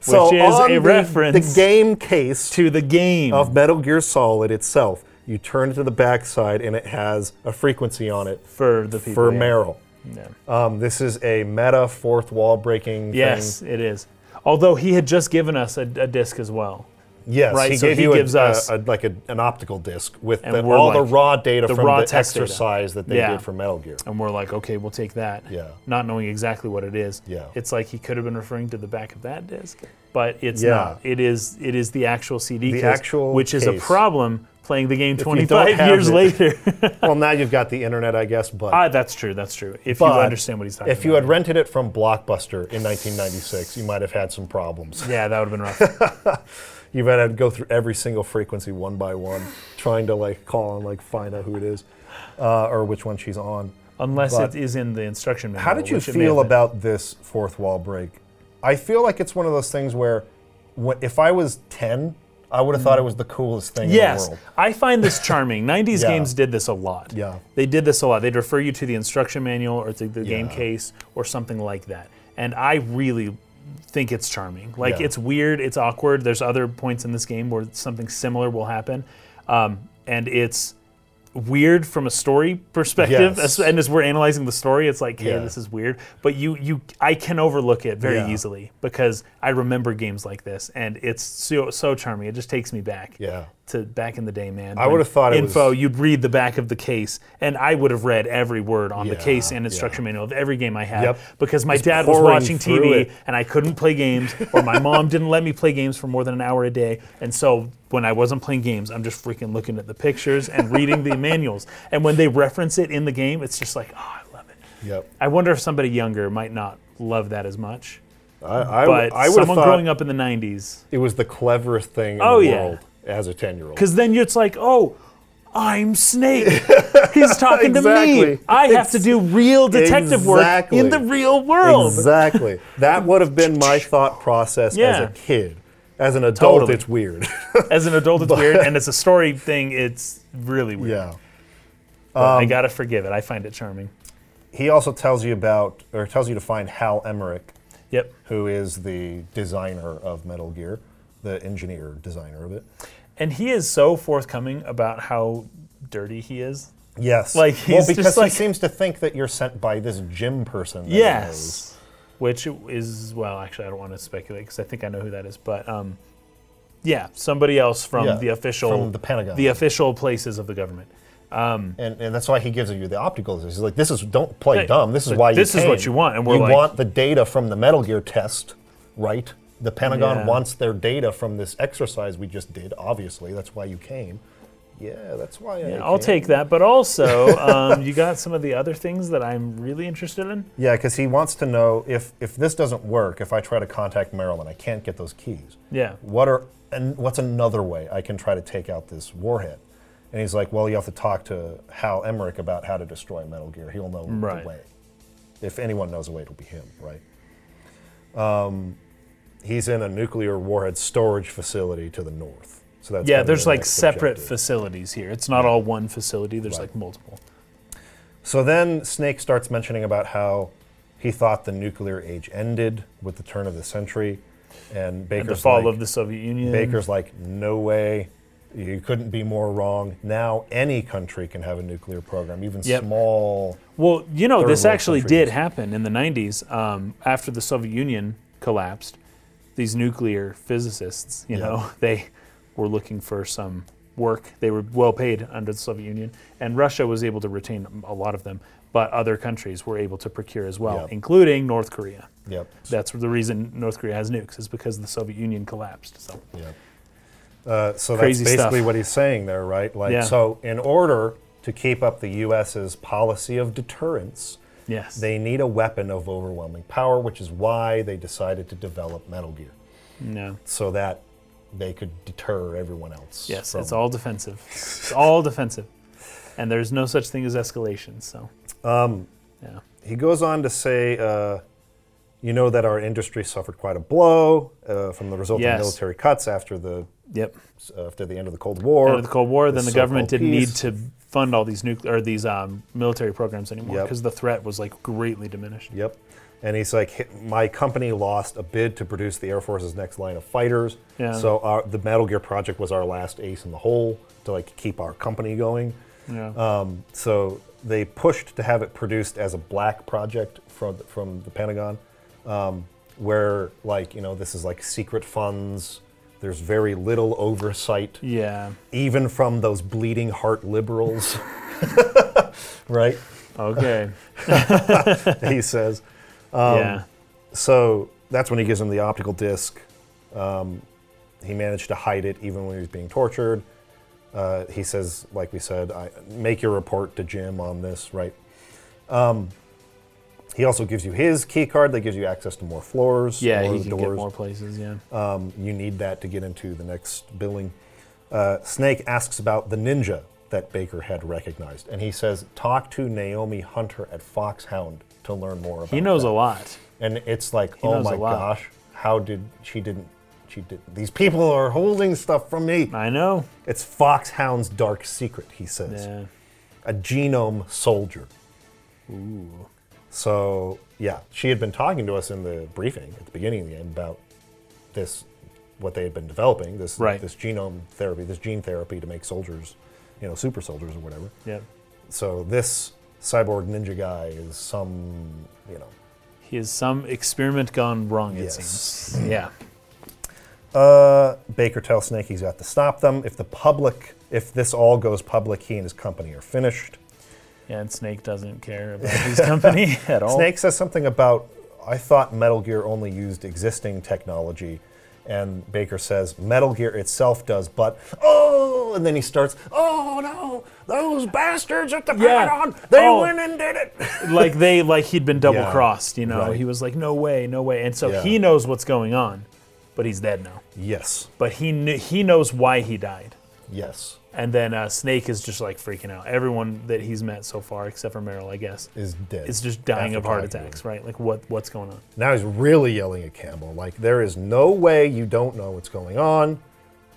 so Which is on a the, reference the game case to the game. of Metal Gear Solid itself. You turn it to the backside, and it has a frequency on it for the people. for yeah. Merrill. Yeah. Um, this is a meta fourth wall breaking Yes, it is. Although he had just given us a, a disc as well. thing. Yes, Right, he so gave he you a- gives a, us- a- like a, an optical disc with And the- we're all the like- raw data the from raw the text data. exercise that they Yeah. did for <laughs> Metal Gear. And we're like, okay, we'll take that. Yeah. Not knowing exactly what it is. Yeah. It's like he could have been referring to the back of that disc, but it's Yeah. not. It is it is the actual CD The case, actual which is a case. problem playing the game don't have 25 years it. <laughs> later. well, now you've got the internet, I guess, but ah, that's true. That's true. If you But understand what he's talking if you had about. rented it from Blockbuster in 1996, you might have had some problems. yeah, that would have been <laughs> rough. You've had to go through every single frequency one by one, trying to like call and like find out who it is, uh, or which one she's on. Unless But- it is in the instruction manual. How did you which it may have feel been. about this fourth wall break? I feel like it's one of those things where, when, if I was 10, I would have thought it was the coolest thing Yes, in the world. I find this <laughs> charming. 90s Yeah. games did this a lot. Yeah. They did this a lot. They'd refer you to the instruction manual or to the game Yeah. case or something like that. And I really think it's charming. Like, Yeah. it's weird, it's awkward. There's other points in this game where something similar will happen. Um, and it's weird from a story perspective as- Yes. and as we're analyzing the story it's like hey Yeah. this is weird but you you i can overlook it very Yeah. easily because i remember games like this and it's so so charming it just takes me back Yeah. to back in the day, man. I would've thought it was- info. You'd read the back of the case, and I would have read every word on the Yeah, case and instruction manual of every game I had Yep. because my dad was pouring watching through TV it. and I couldn't play games, or <laughs> my mom didn't let me play games for more than an hour a day. And so when I wasn't playing games, I'm just freaking looking at the pictures and reading <laughs> the manuals. And when they reference it in the game, it's just like, oh, I love it. Yep. I wonder if somebody younger might not love that as much, I, I, but would have someone thought growing up in the '90s. it was the cleverest thing in Oh, the yeah. world as a 10 year old. Because then it's like, oh, I'm <laughs> Snake. He's talking to me. Exactly. I have to do real detective work Exactly. in the real world. <laughs> Exactly. that would have been my thought process Yeah. as a kid. As an adult, Totally. it's weird. <laughs> As an adult, it's weird, and it's a story thing. It's really weird. yeah. Um, But I gotta forgive it. I find it charming. He also tells you about, or tells you to find Hal Emmerich, Yep. who is the designer of Metal Gear, the engineer designer of it. And he is so forthcoming about how dirty he is. Yes. Like, well, he's because just like- he seems to think that you're sent by this gym person. that he knows. Yes. Which is well, actually, I don't want to speculate because I think I know who that is, but um, yeah, somebody else from Yeah, the official, from the Pentagon. the official places of the government. And, and that's why he gives you the optical. He's like, this is don't play Hey, dumb. This is but why you. this is what came. you want, and we're you like- want the data from the Metal Gear test, right? The Pentagon Yeah. wants their data from this exercise we just did. Obviously, that's why you came. Yeah, that's why. I I'll came. take that, but also um, you got some of the other things that I'm really interested in. Yeah, because he wants to know if if this doesn't work, if I try to contact Marilyn, I can't get those keys. Yeah, What are and what's another way I can try to take out this warhead? And he's like, well, you have to talk to Hal Emmerich about how to destroy Metal Gear. He'll know Right. the way. If anyone knows the way, it'll be him, right? Um, he's in a nuclear warhead storage facility to the north. So that's yeah. gonna be There's the like next separate objective. facilities here. It's not all one facility. There's like multiple. So then Snake starts mentioning about how he thought the nuclear age ended with the turn of the century, and Baker's And the fall like, of the Soviet Union. Baker's like, no way, you couldn't be more wrong. Now any country can have a nuclear program, even Yep. small. Well, you know, Third this world actually countries. did happen in the 90s um, after the Soviet Union collapsed. These nuclear physicists, you Yeah. know, <laughs> they were looking for some work. They were well paid under the Soviet Union, and Russia was able to retain a lot of them, but other countries were able to procure as well, Yeah. including North Korea. Yep. That's the reason North Korea has nukes is because the Soviet Union collapsed. So Yep. Uh, so Crazy that's basically stuff. what he's saying there, right? Like, Yeah. so in order to keep up the U.S.'s policy of deterrence, yes, they need a weapon of overwhelming power, which is why they decided to develop Metal Gear. no, so that they could deter everyone else. yes, from- it's all defensive. it's all defensive, and there's no such Um, thing as escalation. So He goes on to say, uh, You know that our industry suffered quite a blow uh, from the resulting Yes. military cuts after the Yep. uh, after the end of the Cold War. After the Cold War, then the government so-called didn't need peace. to fund all these nuclear or these um, military programs anymore Yep. because the threat was like greatly diminished. Yep. And he's like, "Hi- my company lost a bid to produce the Air Force's next line of fighters. Yeah. So our, the Metal Gear project was our last ace in the hole to like keep our company going. Yeah. Um, so they pushed to have it produced as a black project from from the Pentagon, um, where like you know this is like secret funds. There's very little oversight, <laughs> yeah. even from those bleeding heart liberals, <laughs> right? Okay. He says. Um, yeah. So that's when he gives him the optical disc. Um, he managed to hide it even when he was being tortured. Uh, he says, like we said, I, make your report to Jim on this, right? Um, he also gives you his key card that gives you access to more floors, Yeah. more He can doors. get more places. Yeah. Um, you need that to get into the next building. Uh, Snake asks about the ninja that Baker had recognized, and he says, talk to Naomi Hunter at Foxhound to learn more about he knows that a lot. and it's like, oh knows my a lot. gosh, how did she didn't? She did. These people are holding stuff from me. I know. It's Foxhound's dark secret, he says. Yeah. A genome soldier. Ooh. So yeah, she had been talking to us in the briefing at the beginning of the end about this, what they had been developing, this Right. this genome therapy, this gene therapy to make soldiers, you know, super soldiers or whatever. Yep. So this cyborg ninja guy is some, you know, He has some experiment gone wrong. It Yes. seems. Yeah. Uh, Baker tells Snake he's got to stop them. If the public, if this all goes public, he and his company are finished. Yeah. And Snake doesn't care <laughs> about his company at all. Snake says something about, I thought Metal Gear only used existing technology. And Baker says, Metal Gear itself does, but, oh! And then he starts, oh no, those bastards at the Yeah. Pentagon, they Oh. went and did it. <laughs> like they like he'd been double Yeah, crossed. You know. right. He was like, no way, no way. And so Yeah. he knows what's going on, but he's dead now. yes, But he kn- he knows why he died. yes, And then uh, Snake is just like freaking out. Everyone that he's met so far, except for Meryl, I guess, is dead. is just dying After of heart talking to him. attacks, right? Like what what's going on? Now he's really yelling at Campbell. Like, there is no way you don't know what's going on.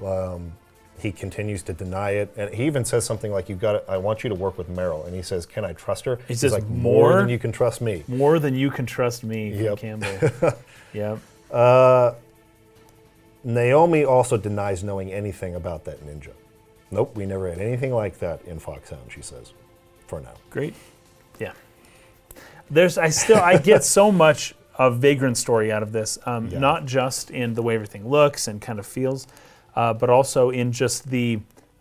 Um, he continues to deny it. And he even says something like, You've got to, I want you to work with Meryl. And he says, Can I trust her? He says, like, More "More?" than you can trust me. More than you can trust me, from Yep. <laughs> Campbell. yep. Naomi also denies knowing anything about that ninja. Nope, we never had anything like that in Foxhound, she says, for now. Great. Yeah. There's I still I get so <laughs> much of Vagrant story out of this, um, Yeah. not just in the way everything looks and kind of feels, uh, but also in just the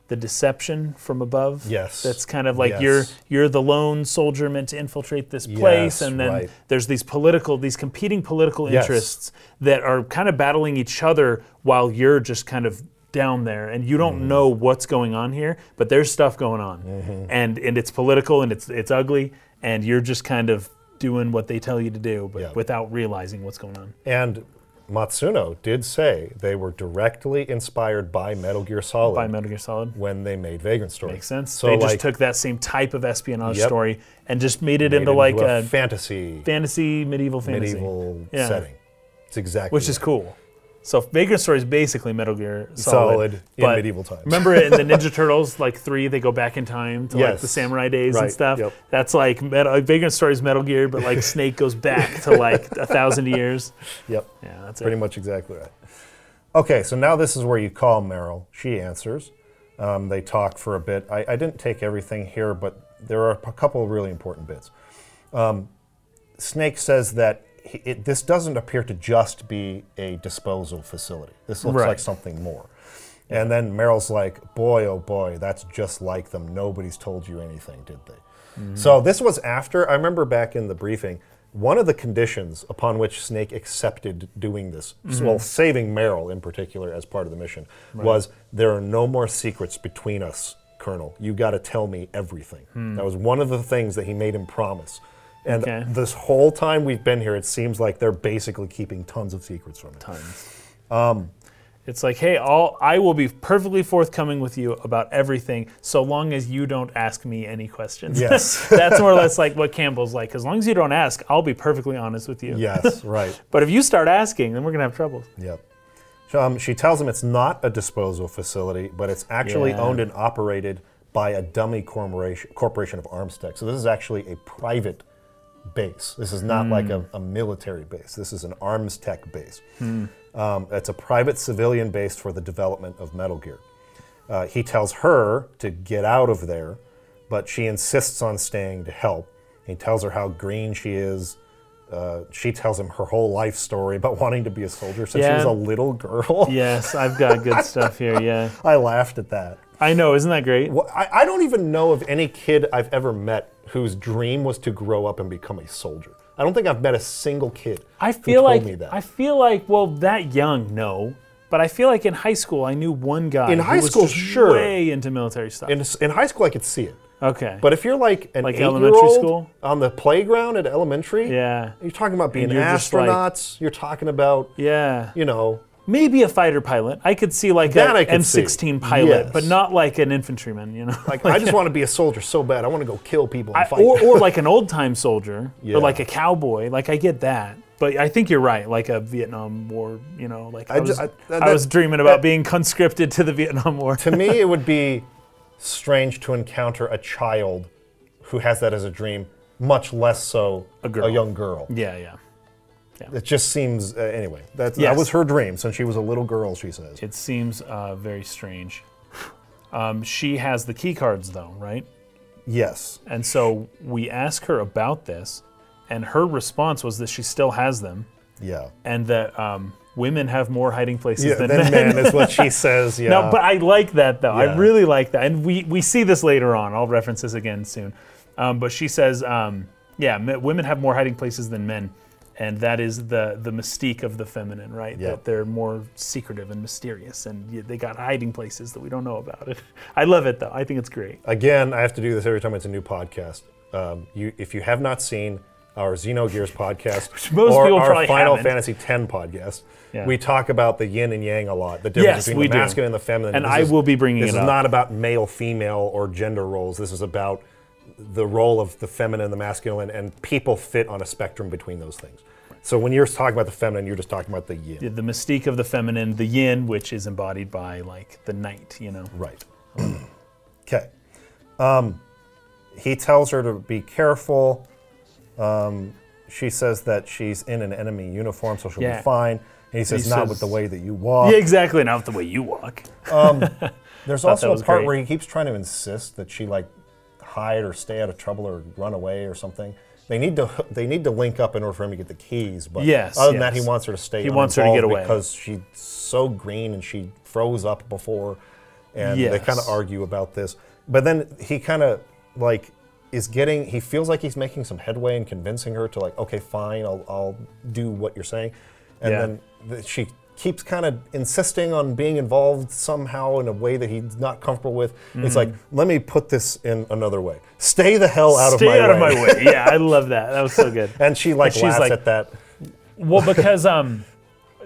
the deception from above. Yes. That's kind of like you're Yes. you're the lone soldier meant to infiltrate this place, Yes, and then right. there's these political these competing political Yes. interests that are kind of battling each other while you're just kind of down there and you Mm-hmm. don't know what's going on here but there's stuff going on and and it's political and it's it's ugly and you're just kind of doing what they tell you to do but Yeah. without realizing what's going on And Matsuno did say they were directly inspired by Metal Gear Solid by Metal Gear Solid when they made Vagrant Story. makes sense So, they like, just took that same type of espionage Yep. story and just made it made into it like into a, a fantasy fantasy medieval fantasy medieval Yeah. setting. It's exactly which is that. cool. So Vagrant Story is basically Metal Gear Solid Solid, in but medieval times. remember in <laughs> the Ninja Turtles, like three, they go back in time to like the Yes. samurai days Right, and stuff. yep. That's like Metal, Vagrant Story is Metal Gear, but <laughs> like Snake goes back to like a thousand years. Yep, Yeah, that's pretty it. much exactly right. Okay, so now this is where you call Meryl. She answers. Um, they talk for a bit. I, I didn't take everything here, but there are a couple of really important bits. Um, Snake says that he, it, this doesn't appear to just be a disposal facility. This looks Right. like something more. And then Meryl's like, boy, oh boy, that's just like them. Nobody's told you anything, did they? So this was after, I remember back in the briefing, one of the conditions upon which Snake accepted doing this, s- well, saving Meryl in particular as part of the mission, was there are no more secrets between us, Colonel. You got to tell me everything. That was one of the things that he made him promise. And Okay. this <laughs> whole time we've been here, it seems like they're basically keeping tons of secrets from him. Tons. It's like, hey, I'll, I will be perfectly forthcoming with you about everything, so long as you don't ask me any questions. <laughs> Yes. That's more or less like what Campbell's like. As long as you don't ask, I'll be perfectly honest with you. Yes, right. But if you start asking, then we're gonna have trouble. Yep. So, Um, she tells him it's not a disposal facility, but it's actually Yeah. owned and operated by a dummy corporation, corporation of Armstead. So this is actually a private base. This is not like a, a military base. This is an arms tech base. Um, it's a private civilian base for the development of Metal Gear. Uh, he tells her to get out of there, but she insists on staying to help. He tells her how green she is. Uh, she tells him her whole life story about <laughs> wanting to be a soldier since she was Yeah. a little girl. Yes, I've got good stuff here. Yeah, <laughs> I laughed at that. I know. Isn't that great? Well, I, I don't even know of any kid I've ever met whose dream was to grow up and become a soldier. I don't think I've met a single kid I who feel told like me that. I feel like well that young no, but I feel like in high school I knew one guy In who high was school, just sure. way into military stuff. in, in high school, I could see it. okay, But if you're like an Like eight-year-old elementary school? on the playground at elementary, yeah, you're talking about being you're just like- astronauts. you're talking about yeah, you know maybe a fighter pilot. I could see like That I an could see. M16 pilot, Yes. but not like an infantryman. You know, <laughs> like I just want to be a soldier so bad. I want to go kill people and I- fight. or or like an old time soldier Yeah. or like a cowboy. Like I get that. But I think you're right, like a Vietnam War, you know, like I, ju- was, I- I, that- was dreaming about being conscripted to the Vietnam War. to me, it would be strange to encounter a child who has that as a dream, much less so a, girl. young girl. yeah, yeah. It just seems uh, anyway. That's, That Yes. was her dream since she was a little girl. She says. It seems uh, very strange. Um, she has the key cards, though, right? Yes. And so we ask her about this, and her response was that she still has them, Yeah. and that um, women have more hiding places Yeah. than, <laughs> Then men. man is what she says. Yeah. No, but I like that though. Yeah. I really like that, and we we see this later on. I'll reference this again soon. Um, but she says, um, "Yeah, me- women have more hiding places than men, and that is the the mystique of the feminine, right? Yeah. That they're more secretive and mysterious, and y- they got hiding places that we don't know about." <laughs> I love it though. I think it's great. again, I have to do this every time it's a new podcast. Um, you, if you have not seen our Xenogears <laughs> podcast most or people our probably Final haven't. Fantasy X podcast, Yeah. we talk about the yin and yang a lot, the difference Yes, between we the do. masculine and the feminine. And This I is- will be bringing This it is up. not about male, female, or gender roles. This is about the role of the feminine, the masculine, and people fit on a spectrum between those things. So when you're talking about the feminine, you're just talking about the yin. The- The mystique of the feminine, the yin, which is embodied by like the knight, you know. Right. <clears throat> Okay. Um, he tells her to be careful. Um, she says that she's in an enemy uniform, so she'll Yeah. be fine. And he says, He not says- with the way that you walk. Yeah, exactly. Not the way you walk. There's that also a was part great. where he keeps trying to insist that she like hide or stay out of trouble or run away or something. They need to they need to link up in order for him to get the keys. But Yes, other than that, yes. he wants her to stay. He wants her to get uninvolved away. because she's so green and she froze up before, and they kind of Yes. argue about this. But then he kind of like is getting. He feels like he's making some headway in convincing her to like, okay, fine, I'll I'll do what you're saying, and Yeah. then that she keeps kind of insisting on being involved somehow in a way that he's not comfortable with. It's Mm-hmm. like, let me put this in another way. Stay the hell out Stay of my out way. of my way. Yeah, I love that. That was so good. <laughs> And she like she's laughs like- at that. Well, <laughs> because um,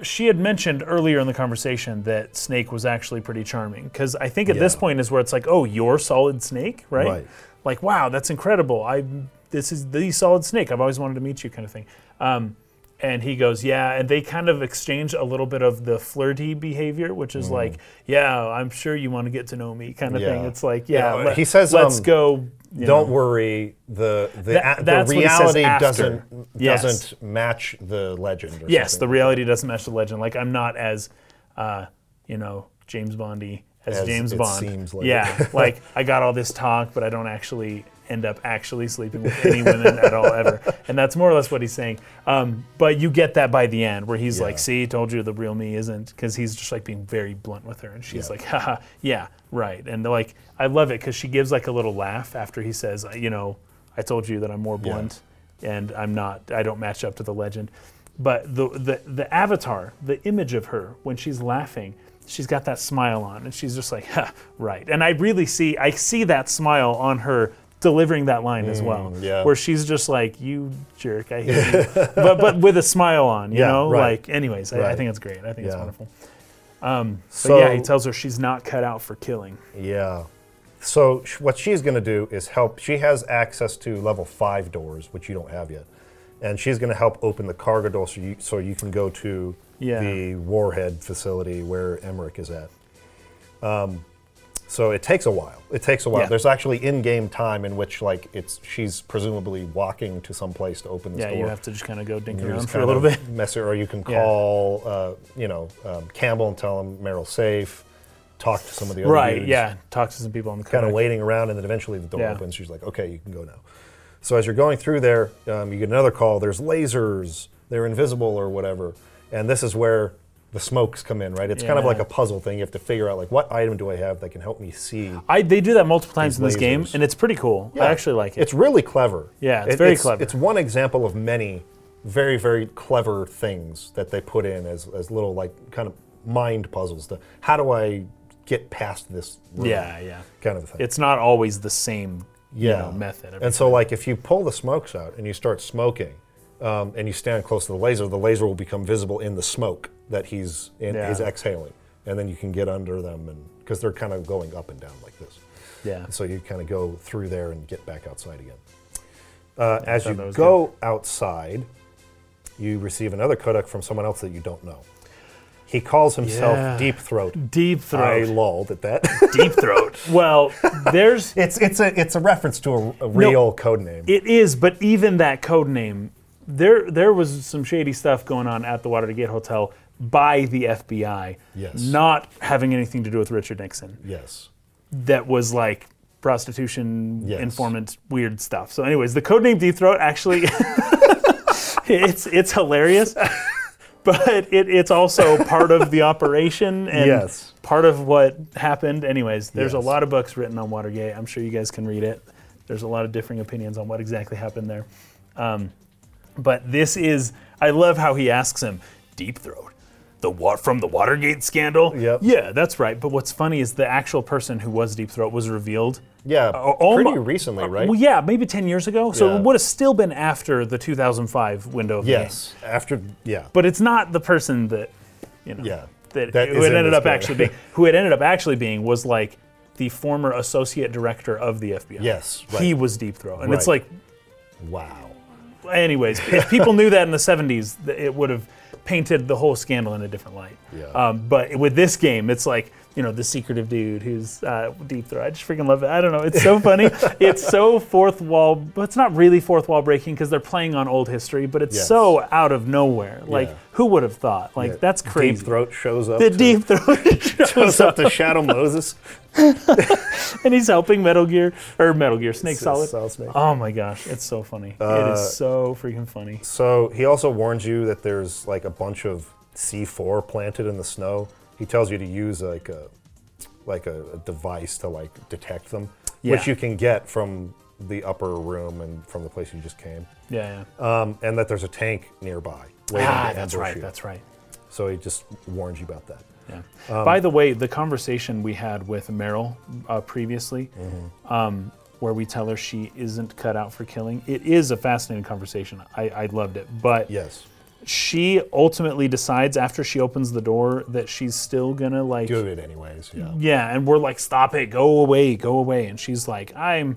she had mentioned earlier in the conversation that Snake was actually pretty charming. Because I think at this Yeah. point is where it's like, oh, you're Solid Snake, right? Right. Like, wow, that's incredible. I this is the Solid Snake. I've always wanted to meet you, kind of thing. Um, and he goes, yeah. And they kind of exchange a little bit of the flirty behavior, which is like, yeah, I'm sure you want to get to know me, kind of thing. Mm. Yeah. It's like, Yeah, yeah, let- he says, let's um, go. you know. Don't worry, the the, That- a- the that's what he says reality after. doesn't Yes. doesn't match the legend. Or Yes, the something. reality doesn't match the legend. Like I'm not as, uh, you know, James Bondy as, As James it Bond. seems later. Yeah, like I got all this talk, but I don't actually end up actually sleeping with any women at all <laughs> ever. And that's more or less what he's saying. Um, but you get that by the end, where he's Yeah. like, "See, told you the real me isn't," because he's just like being very blunt with her, and she's Yeah. like, "Haha, yeah, right." And they're like, I love it because she gives like a little laugh after he says, "You know, I told you that I'm more blunt." and I'm not I don't match up to the legend. But the, the the avatar, the image of her when she's laughing, she's got that smile on and she's just like, <laughs> huh, right. And I really see I see that smile on her delivering that line as well. Mm, yeah. Where she's just like, You jerk, I hate you. <laughs> but but with a smile on, you Yeah, know? right. Like anyways, I, I Right. think it's great. I think it's Yeah. wonderful. But so yeah, he tells her she's not cut out for killing. Yeah. So sh- what she's going to do is help. She has access to level five doors, which you don't have yet, and she's going to help open the cargo door so you so you can go to Yeah. the warhead facility where Emmerich is at. Um, so it takes a while. It takes a while. Yeah. There's actually in-game time in which like it's she's presumably walking to some place to open this Yeah, door. you have to just kind of go dink You around just for a kind little of bit. <laughs> Mess it, or you can Yeah. call, uh, you know, um, Campbell and tell him Meryl's safe. Talk to some of the other Right, dudes yeah. Talks to some people on the kind kind of waiting around, and then eventually the door Yeah. opens. She's like, "Okay, you can go now." So as you're going through there, um, you get another call. There's lasers. They're invisible or whatever, and this is where the smokes come in, right? It's kind of Yeah. like a puzzle thing. You have to figure out like what item do I have that can help me see. I, they do that multiple times in this game, lasers. and it's pretty cool. I actually like it. It's really clever. Yeah, it's very clever. It's one example of many very very clever things that they put in as as little like kind of mind puzzles. The how do I get past this? room yeah, yeah. kind of thing. It's not always the same you know, method. And so, like, if you pull the smokes out and you start smoking, um, and you stand close to the laser, the laser will become visible in the smoke that he's in, Yeah. he's exhaling, and then you can get under them, and because they're kind of going up and down like this. yeah. So you kind of go through there and get back outside again. Uh, as you that was go outside, you receive another codec from someone else that you don't know. He calls himself Yeah. Deep Throat. Deep I throat. lolled at that. <laughs> Deep throat. Well, there's <laughs> it's it's a it's a reference to a, a real code name. it is, but even that code name, there there was some shady stuff going on at the Watergate Hotel by the FBI. Yes. Not having anything to do with Richard Nixon. yes. that was like prostitution Yes. informant weird stuff. So anyways, the codename Deep Throat actually <laughs> it's it's hilarious. <laughs> But it, it's also part of the operation and Yes. part of what happened. Anyways, there's Yes. a lot of books written on Watergate. I'm sure you guys can read it. There's a lot of differing opinions on what exactly happened there. Um, but this is, I love how he asks him, Deep Throat, the wa- from the Watergate scandal. Yep. Yeah, that's right. But what's funny is the actual person who was Deep Throat was revealed. Yeah, almo- pretty recently, right? Well, yeah, maybe ten years ago. So Yeah. it would have still been after the 2005 window. Of the game. yes. After, yeah, but it's not the person that you know yeah, that, That who is it in ended this up game. actually being. Who it ended up actually being was like the former associate director of the FBI. Yes, he right. was Deep Throat, and it's Right. like, wow. anyways, if people knew that in the 70s, th- it would have painted the whole scandal in a different light. Yeah. Um, but with this game, it's like. You know the secretive dude who's uh, deep throat. I just freaking love it. I don't know. It's so funny. <laughs> it's so fourth wall, but it's not really fourth wall breaking because they're playing on old history. But it's Yes. so out of nowhere. Like Yeah. who would have thouat? Like that's crazy. Deep throat shows up. the to, deep throat <laughs> <laughs> shows up to Shadow Moses. and he's helping Metal Gear or Metal Gear Snake Solid. Solid Snake. Oh my gosh, it's so funny. Uh, it is so freaking funny. So he also warns you that there's like a bunch of C4 planted in the snow. He tells you to use like a like a, a device to like detect them, which Yeah. you can get from the upper room and from the place you just came. Yeah, yeah. Um, and that there's a tank nearby. waiting ah, to that's ambush right. you. That's right. so he just warns you about that. Yeah. Um, By the way, the conversation we had with Meryl uh, previously, Mm-hmm. um, where we tell her she isn't cut out for killing, it is a fascinating conversation. I, I loved it, but Yes. she ultimately decides after she opens the door that she's still gonna like Do it anyways. Yeah. Yeah, and we're like, stop it, go away, go away. And she's like, I'm. uh,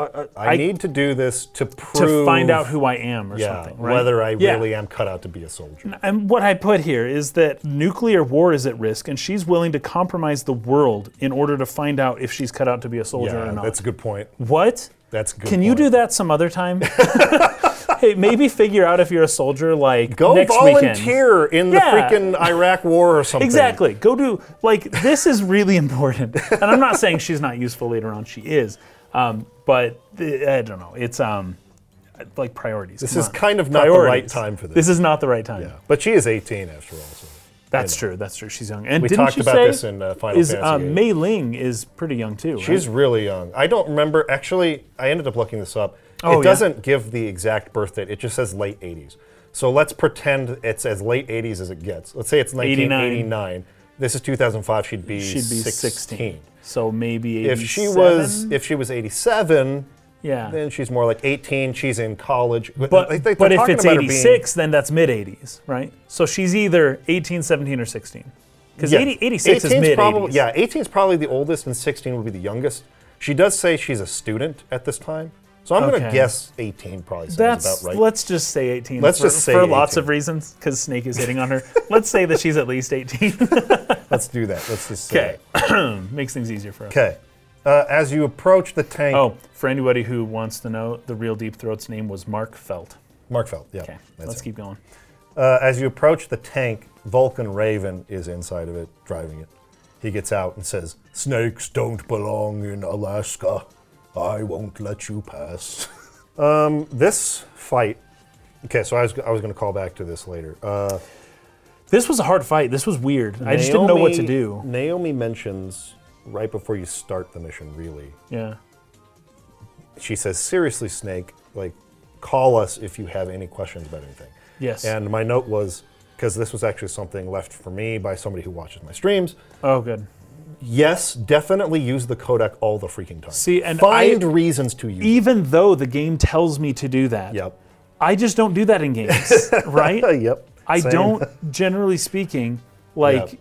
Uh, I, need to do this to to prove find out who I am or yeah, something, right? whether I Yeah. really am cut out to be a soldier. And what I put here is that nuclear war is at risk, and she's willing to compromise the world in order to find out if she's cut out to be a soldier yeah, or not. that's a good point. what? That's a good. Can you point. do that some other <laughs> time? hey, maybe figure out if you're a soldier like Go next weekend. volunteer in the Yeah. freaking Iraq War or something. Exactly. Go do like this is really important, and I'm not saying she's not useful later on. She is, um, but the, I don't know. It's um, like priorities. This is kind of not the right time for this. This is not the right time. Yeah. But she is 18 after all. So. That's true. That's true. She's young. And We didn't talked you about say this in uh, Final is uh, Fantasy. VIII. Mei Ling is pretty young too. right? She's really young. I don't remember. Actually, I ended up looking this up. Oh, it yeah? doesn't give the exact birth date. It just says late 80s. So let's pretend it's as late 80s as it gets. Let's say it's 1989. This is 2005. She'd be she'd be 16. 16. So maybe If she was 87? if she was 87, yeah. then she's more like 18. She's in college. but Like, they- they're but if talking it's about her being- 86, then that's mid 80s, right? So she's either 18, 17, or 16. Because Yeah. 80, 86 is 18's mid probably- 80s. Yeah, 18 is probably the oldest, and 16 would be the youngest. She does say she's a student at this time, so I'm going Okay. to guess 18 probably sounds That's about right. let's just say 18. Let's for, just say for lots 18. of reasons because Snake is hitting <laughs> on her. let's say that she's at least 18. Let's do that. Let's just say. Okay, <laughs> makes things easier for us. Okay. Uh, as you approach the tank, Oh, for anybody who wants to know, the real Deep Throat's name was Mark Felt. Mark Felt. Yeah. Okay, that's let's it. keep going. Uh, as you approach the tank, Vulcan Raven is inside of it, driving it. He gets out and says, "Snakes don't belong in Alaska. I won't let you pass." um, this fight. Okay, so I was I was going to call back to this later. Uh, This was a hard fight. This was weird. I just didn't know what to do. Naomi- Naomi mentions right before you start the mission, really. Yeah. She says, "Seriously, Snake, like, call us if you have any questions about anything." Yes. And my note was because this was actually something left for me by somebody who watches my streams. oh, good. Yes, definitely use the codec all the freaking time. See, and find I- E reasons to use. it. Even though the game tells me to do that, Yep. I just don't do that in <laughs> games, right? Uh, yep. I Same. don't, generally speaking, like Yep.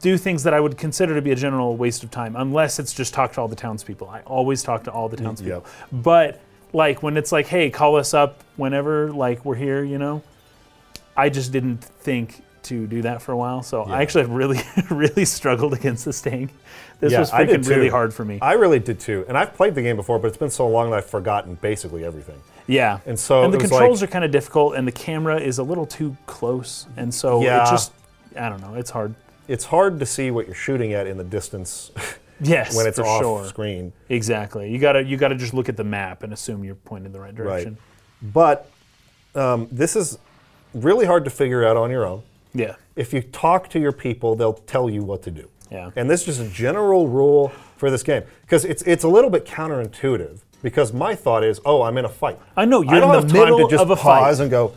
do things that I would consider to be a general waste of time, unless it's just talk to all the townspeople. I always talk to all the townspeople. Yep. But like when it's like, hey, call us up whenever like we're here, you know. I just didn't think to do that for a while, so I Yeah. actually <laughs> really, really struggled against this thing. This Yeah, was I did freaking really too. hard for me. I really did too, and I've played the game before, but it's been so long that I've forgotten basically everything. yeah, And so and the it was controls like- are kind of difficult, and the camera is a little too close, and so Yeah. it just, I don't know, it's hard. It's hard to see what you're shooting at in the distance <laughs> Yes, when it's for off sure. screen. Exactly. You gotta you gotta just look at the map and assume you're pointed the right direction. But um, this is really hard to figure out on your own. Yeah. If you talk to your people, they'll tell you what to do. Yeah. And this is just a general rule for this game because it's it's a little bit counterintuitive because my thought is, oh, I'm in a fight. I know, you're I in don't the have time to middle just of a fight. pause and go.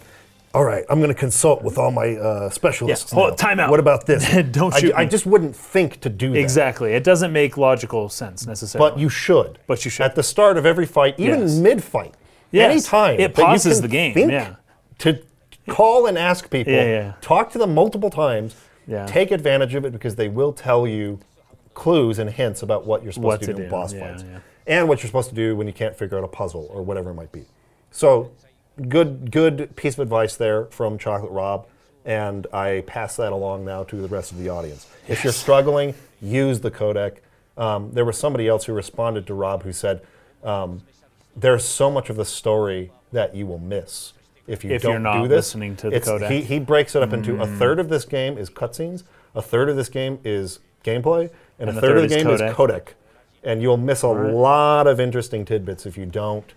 All right, I'm going to consult with all my uh, specialists. Yeah, hold- now. time out. What about this? <laughs> Don't I, shoot I me. just wouldn't think to do that. Exactly. It doesn't make logical sense necessarily. But you should. But you should. At the start of every fight, even Yes. mid fight, Yes. any time. It that you pauses can the game, think yeah. To call and ask people, Yeah, yeah. talk to them multiple times, Yeah. take advantage of it because they will tell you clues and hints about what you're supposed What to, to do in do, boss yeah, fights yeah. and what you're supposed to do when you can't figure out a puzzle or whatever it might be. So, good, good piece of advice there from Chocolate Rob. And I pass that along now to the rest of the audience. If you're struggling, use the codec. Um, there was somebody else who responded to Rob who said, um, "There's so much of the story that you will miss if you If don't you're not do this." listening to the It's- codec. He, he breaks it up into a third of this game is cutscenes, a third of this game is gameplay, and, a the third, of third the is game codec. is codec. And you'll miss a lot of interesting tidbits if you don't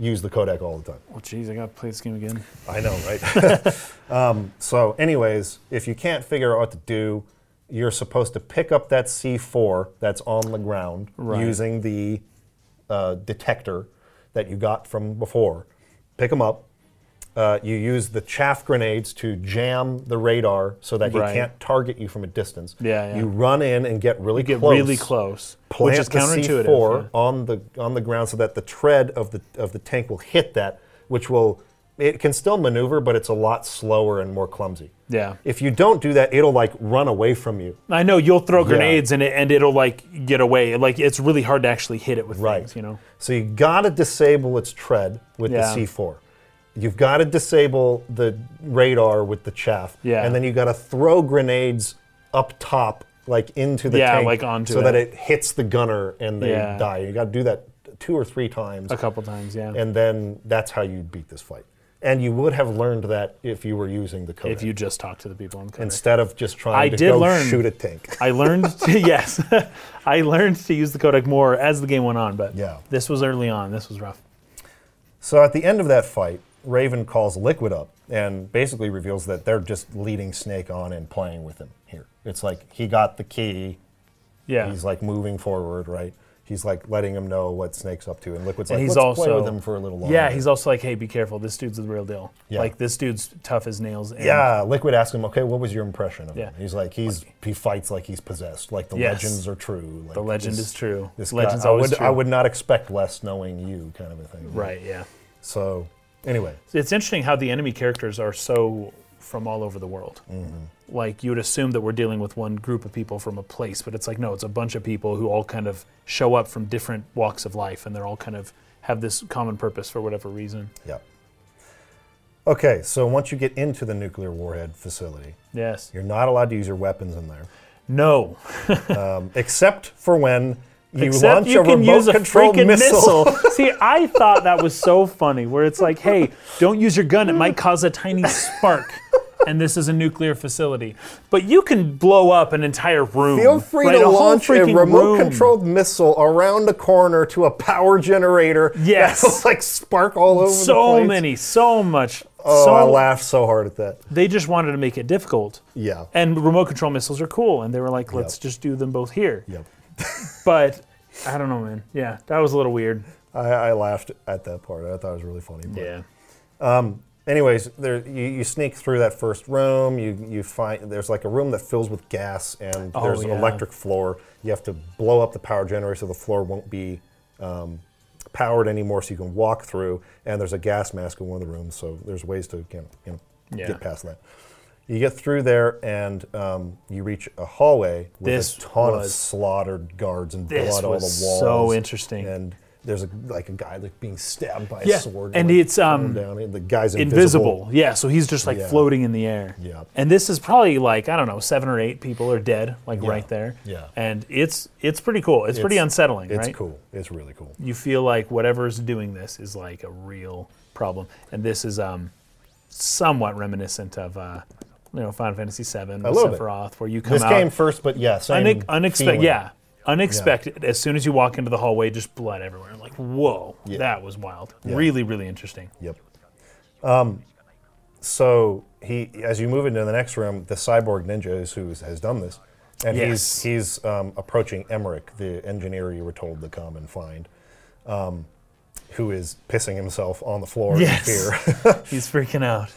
use the codec all the time. oh jeez, I gotta play this game again. I know, right? <laughs> um, so, anyways, if you can't figure out what to do, you're supposed to pick up that C4 that's on the ground Right. using the uh, detector that you got from before. Pick them up. Uh, you use the chaff grenades to jam the radar so that he Right. can't target you from a distance. Yeah, yeah. You run in and get really Get close. really close. Plant which is the counterintuitive. C4 yeah. on the on the ground so that the tread of the of the tank will hit that, which will it can still maneuver, but it's a lot slower and more clumsy. Yeah. If you don't do that, it'll like run away from you. I know you'll throw grenades and it and it'll like get away. Like it's really hard to actually hit it with Right. things, you know? So you gotta disable its tread with Yeah. the C4. You've got to disable the radar with the chaff, Yeah. and then you got to throw grenades up top, like into the Yeah, tank, like onto so that it. it hits the gunner and they Yeah. die. You got to do that two or three times. A couple times, yeah. and then that's how you beat this fight. And you would have learned that if you were using the codec if you just talk to the people in the codec. instead of just trying I to did go learn. shoot a tank. I learned to <laughs> yes. I learned to use the codec more as the game went on, but Yeah. this was early on. This was rough. So at the end of that fight, Raven calls Liquid up and basically reveals that they're just leading Snake on and playing with him here. It's like he got the key. Yeah. He's like moving forward, right? He's like letting him know what Snake's up to, and Liquid's And like, he's "Let's play also- with him for a little longer." Yeah, he's also like, hey, be careful. This dude's the real deal. Yeah. Like this dude's tough as nails. And Yeah, Liquid asked him, "Okay, what was your impression of Yeah. him?" He's like, "He's he fights like he's possessed. Like the Yes. legends are true. Like, The legend this- is true. This Legend's guy, I always would true. I would not expect less knowing you, kind of a thing. Right. Yeah. So anyway, It's interesting how the enemy characters are so from all over the world. Mm-hmm. Like you would assume that we're dealing with one group of people from a place, but it's like no, it's a bunch of people who all kind of show up from different walks of life, and they're all kind of have this common purpose for whatever reason. Yep. Okay, so once you get into the nuclear warhead facility, Yes. you're not allowed to use your weapons in there, No. um, except for when you Except launch you a can remote use a control freaking missile. missile. <laughs> See, I thought that was so funny, where it's like, hey, don't use your gun; it might cause a tiny spark. And this is a nuclear facility, but you can blow up an entire room. Feel free right? to whole launch a freaking room. remote-controlled missile around a corner to a power generator. <laughs> Yes. that'll, like spark all over. the So place. many, so much. Oh, so I laughed so hard at that. they just wanted to make it difficult. Yeah. And remote control missiles are cool, and they were like, let's just do them both here. Yep. But I don't know, man. Yeah, that was a little weird. I, I laughed at that part. I thought it was really funny. But Yeah. anyways, there you, you sneak through that first room. You you find there's like a room that fills with gas, and there's an Oh, yeah. electric floor. You have to blow up the power generator so the floor won't be um, powered anymore, so you can walk through. And there's a gas mask in one of the rooms, so there's ways to you know, you know Yeah. get past that. You get through there, and um, you reach a hallway with This a ton of was- slaughtered guards and This blood all the was walls. so interesting. And there's a, like a guy like being stabbed by Yeah, a sword, and like, it's, thrown um, down. and the guy's Invisible. Yeah, so he's just like Yeah. floating in the air. Yeah. And this is probably like, I don't know, seven or eight people are dead, like right there. Yeah. And it's it's pretty cool. It's, pretty unsettling, It's right? cool. It's really cool. you feel like whatever's doing this is like a real problem. And this is um, somewhat reminiscent of uh, you know Final Fantasy VII with little bit. Sephiroth, where you come This out came first, but yeah, same unex- unexpected. feeling. Yeah, unexpected. As soon as you walk into the hallway, just blood everywhere. I'm like, whoa, that was wild. Really, really interesting. Yep. Um, so he, as you move into the next room, the cyborg ninja is who has done this, and Yes. he's he's um, approaching Emmerich, the engineer you were told to come and find, um, who is pissing himself on the floor Yes. in fear. <laughs> He's freaking out.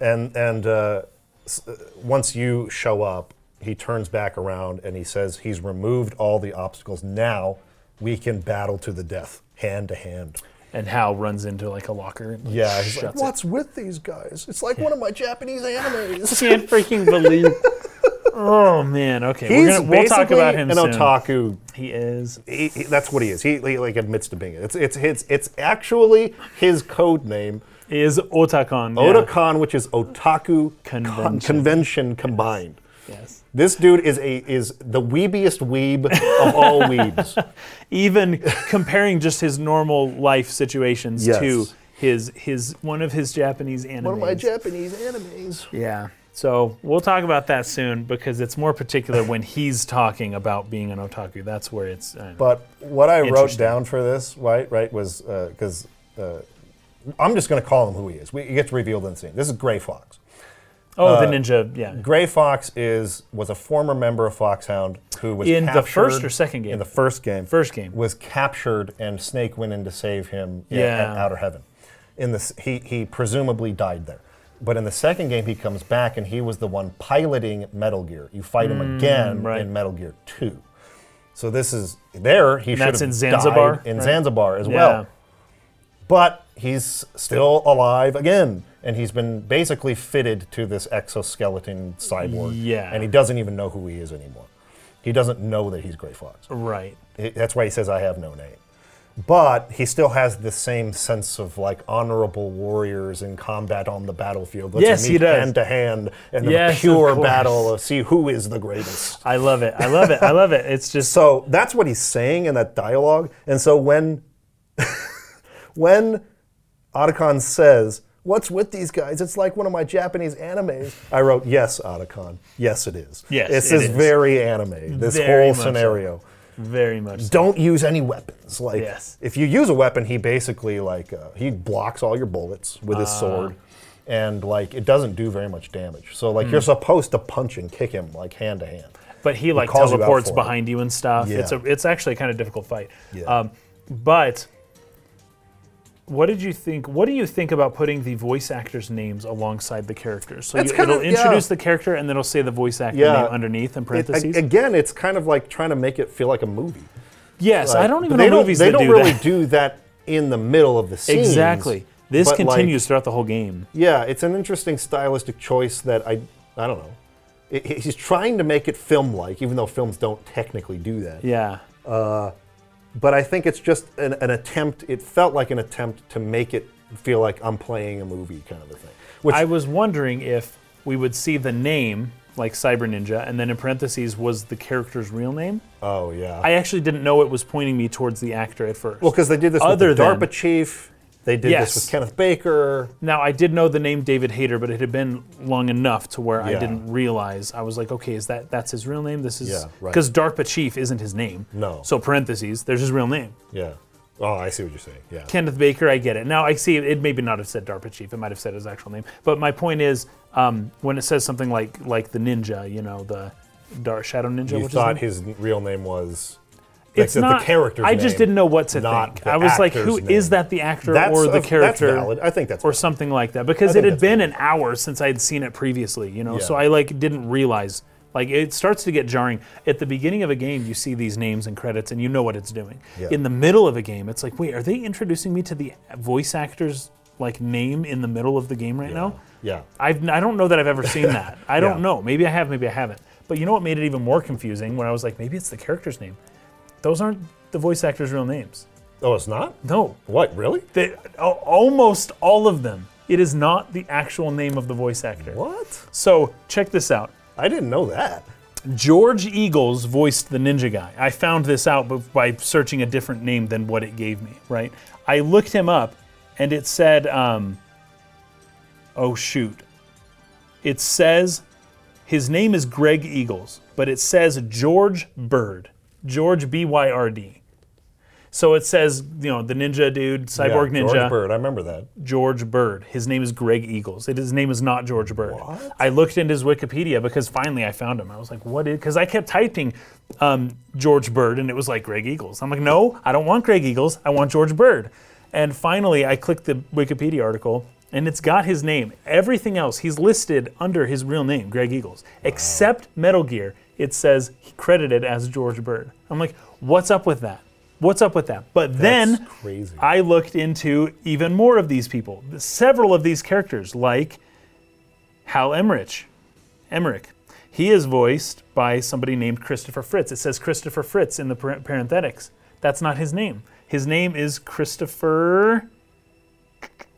and and uh, s- uh, once you show up, he turns back around and he says he's removed all the obstacles. Now we can battle to the death, hand to hand. And Hal runs into like a locker. And, like, Yeah, he's like, shuts what's with these guys? It's like one of my Japanese it. <laughs> animes. Can't freaking believe. <laughs> oh man. Okay, we're gonna, we'll talk basically about him an soon. otaku. He is. He- he- that's what he is. He, he, like admits to being it. It's it's it's, it's actually his code name, He is Otakon. yeah. Otakon, which is otaku con- Convention. convention combined. Yes. This dude is a is the weebiest weeb of all weebs. even <laughs> comparing just his normal life situations Yes. to his his one of his Japanese animes. One of my Japanese animes. yeah. So we'll talk about that soon because it's more particular when he's talking about being an otaku. That's where it's. Uh, But what I wrote Interesting. down for this, right, right, was because uh, I'm just going to call him who he is. We, he gets revealed in the scene. This is Gray Fox. oh, the ninja. Yeah. Gray Fox is was a former member of Foxhound who was In the first captured- or second game? In the first game. First game. was captured, and Snake went in to save him in- Yeah. at Outer Heaven. In this, he he presumably died there. But in the second game, he comes back, and he was the one piloting Metal Gear. You fight him again Mm, right. in Metal Gear Two. So this is there. He should that's have in Zanzibar, died in right? Zanzibar as Yeah. well but he's still alive again and he's been basically fitted to this exoskeleton cyborg Yeah. and he doesn't even know who he is anymore he doesn't know that he's gray fox Right. He- that's why he says i have no name but he still has the same sense of like honorable warriors in combat on the battlefield. Let's Yes, meet he does. Hand to hand, and Yes, the of pure course. battle of see who is the greatest. I love it. I love it. I love it. It's just So that's what he's saying in that dialogue. And so when <laughs> when Otacon says, "What's with these guys? It's like one of my Japanese animes." I wrote, "Yes, Otacon. Yes, it is. Yes, this it is is. very anime. This Very whole much so. scenario. very <laughs> much. Don't use any weapons. Like, Yes. if you use a weapon, he basically like uh, he blocks all your bullets with Ah. his sword." And like it doesn't do very much damage, so like you're Hmm. supposed to punch and kick him like hand to hand. But he like calls you out teleports for it. behind you and stuff. It's Yeah. a it's actually a kind of difficult fight. Yeah. Um, but what did you think? What do you think about putting the voice actors' names alongside the characters? So you, That's kind it'll of- yeah. introduce the character and then it'll say the voice actor Yeah. name underneath in It- parentheses. again, it's kind of like trying to make it feel like a movie. yes, I Like, don't even they know don't, movies They that don't do really that. do that in the middle of the scene. Exactly. This But, like- continues throughout the whole game. Yeah, it's an interesting stylistic choice that I, I don't know. I- I- He's trying to make it film-like, even though films don't technically do that. Yeah. But I think it's just an, an attempt. It felt like an attempt to make it feel like I'm playing a movie, kind of a thing. Which I was wondering if we would see the name like Cyber Ninja, and then in parentheses was the character's real name. oh yeah, I actually didn't know it was pointing me towards the actor at first. well because they did this Other with the than- DARPA chief. They did Yes. this with Kenneth Baker. Now I did know the name David Hayter, but it had been long enough to where I Yeah. didn't realize. I was like, okay, is that that's his real name? This is Yeah, right. because DARPA chief isn't his name. No. So parentheses, there's his real name. Yeah. Oh, I see what you're saying. Yeah. Kenneth Baker, I get it. Now I see it, it maybe not have said DARPA chief. It might have said his actual name. But my point is, um, when it says something like like the ninja, you know, the Dar Shadow Ninja, you which thought is his n- real name was. like, it's the, not the character's I just name. didn't know what to not think. the I was like, who is actor's name. that? The actor That's or the a- that's character? valid. I think that's or valid. something like that because it think had that's been an hour since I had seen it previously, you know. So Yeah. I like didn't realize like it starts to get jarring at the beginning of a game. You see these names and credits, and you know what it's doing. Yeah. In the middle of a game, it's like, wait, are they introducing me to the voice actor's like name in the middle of the game right now? Yeah. I've, I don't know that I've ever seen <laughs> that. I don't Yeah. know. Maybe I have, maybe I haven't. But you know what made it even more confusing when I was like, maybe it's the character's name. Those aren't the voice actors' real names. Oh, it's not. No, What really? they, al- almost all of them. It is not the actual name of the voice actor. What? So check this out. I didn't know that. George Eagles voiced the ninja guy. I found this out b- by searching a different name than what it gave me, right? I looked him up and it said, um, oh shoot. It says his name is Greg Eagles, but it says George Bird, George B Y R D. So it says, you know, the ninja dude, cyborg yeah, ninja. George Bird. I remember that. George Bird. His name is Greg Eagles. It, his name is not George Bird. I looked into his Wikipedia because finally I found him. I was like, what is, because I kept typing um, George Bird and it was like Greg Eagles. I'm like, no, I don't want Greg Eagles. I want George Bird. And finally I clicked the Wikipedia article and it's got his name. Everything else, he's listed under his real name, Greg Eagles, except Metal Gear. It says he credited as George Bird. I'm like, what's up with that? What's up with that? But That's then crazy. I looked into even more of these people, several of these characters, like Hal Emmerich. Emmerich. He is voiced by somebody named Christopher Fritz. It says Christopher Fritz in the par- parenthetics. That's not his name. His name is Christopher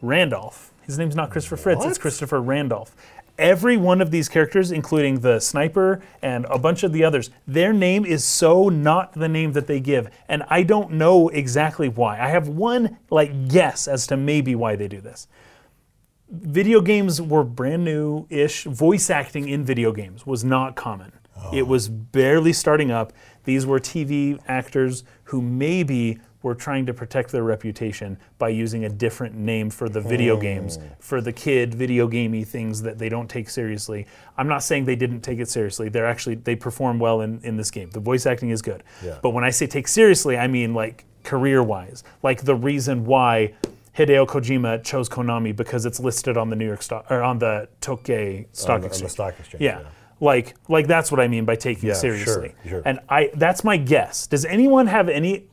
Randolph. His name's not Christopher Fritz, it's What? Christopher Randolph. Every one of these characters, including the sniper and a bunch of the others, their name is so not the name that they give. And I don't know exactly why. I have one like guess as to maybe why they do this video games were brand new ish. Voice acting in video games was not common. It was barely starting up. These were TV actors who maybe were trying to protect their reputation by using a different name for the video games, for the kid video gamey things that they don't take seriously. I'm not saying they didn't take it seriously. They're actually they perform well in, in this game. The voice acting is good. Yeah. But when I say take seriously, I mean like career wise, like the reason why Hideo Kojima chose Konami because it's listed on the New York stock or on the Tokyo Stock on the Exchange. stock exchange, Yeah. yeah. Like, like that's what I mean by taking Yeah, sure, seriously. sure. And I, that's my guess. Does anyone have <laughs> any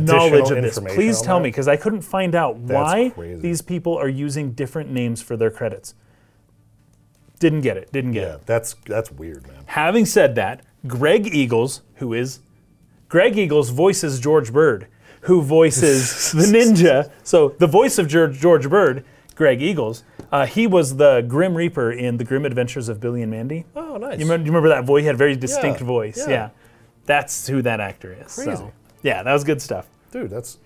knowledge of this? information Please on tell that? me because I couldn't find out why crazy. these people are using different names for their credits. Didn't get it. Didn't get it. Yeah, that's that's weird, man. Having said that, Greg Eagles, who is Greg Eagles, voices George Bird, who <laughs> voices the ninja. So the voice of George, George Bird, Greg Eagles, uh, he was the Grim Reaper in the Grim Adventures of Billy and Mandy. Oh, nice. You remember, you remember that voice? He had a very distinct Yeah, voice. Yeah. yeah. that's who that actor is. so- Crazy. yeah, that was good stuff. Dude, that's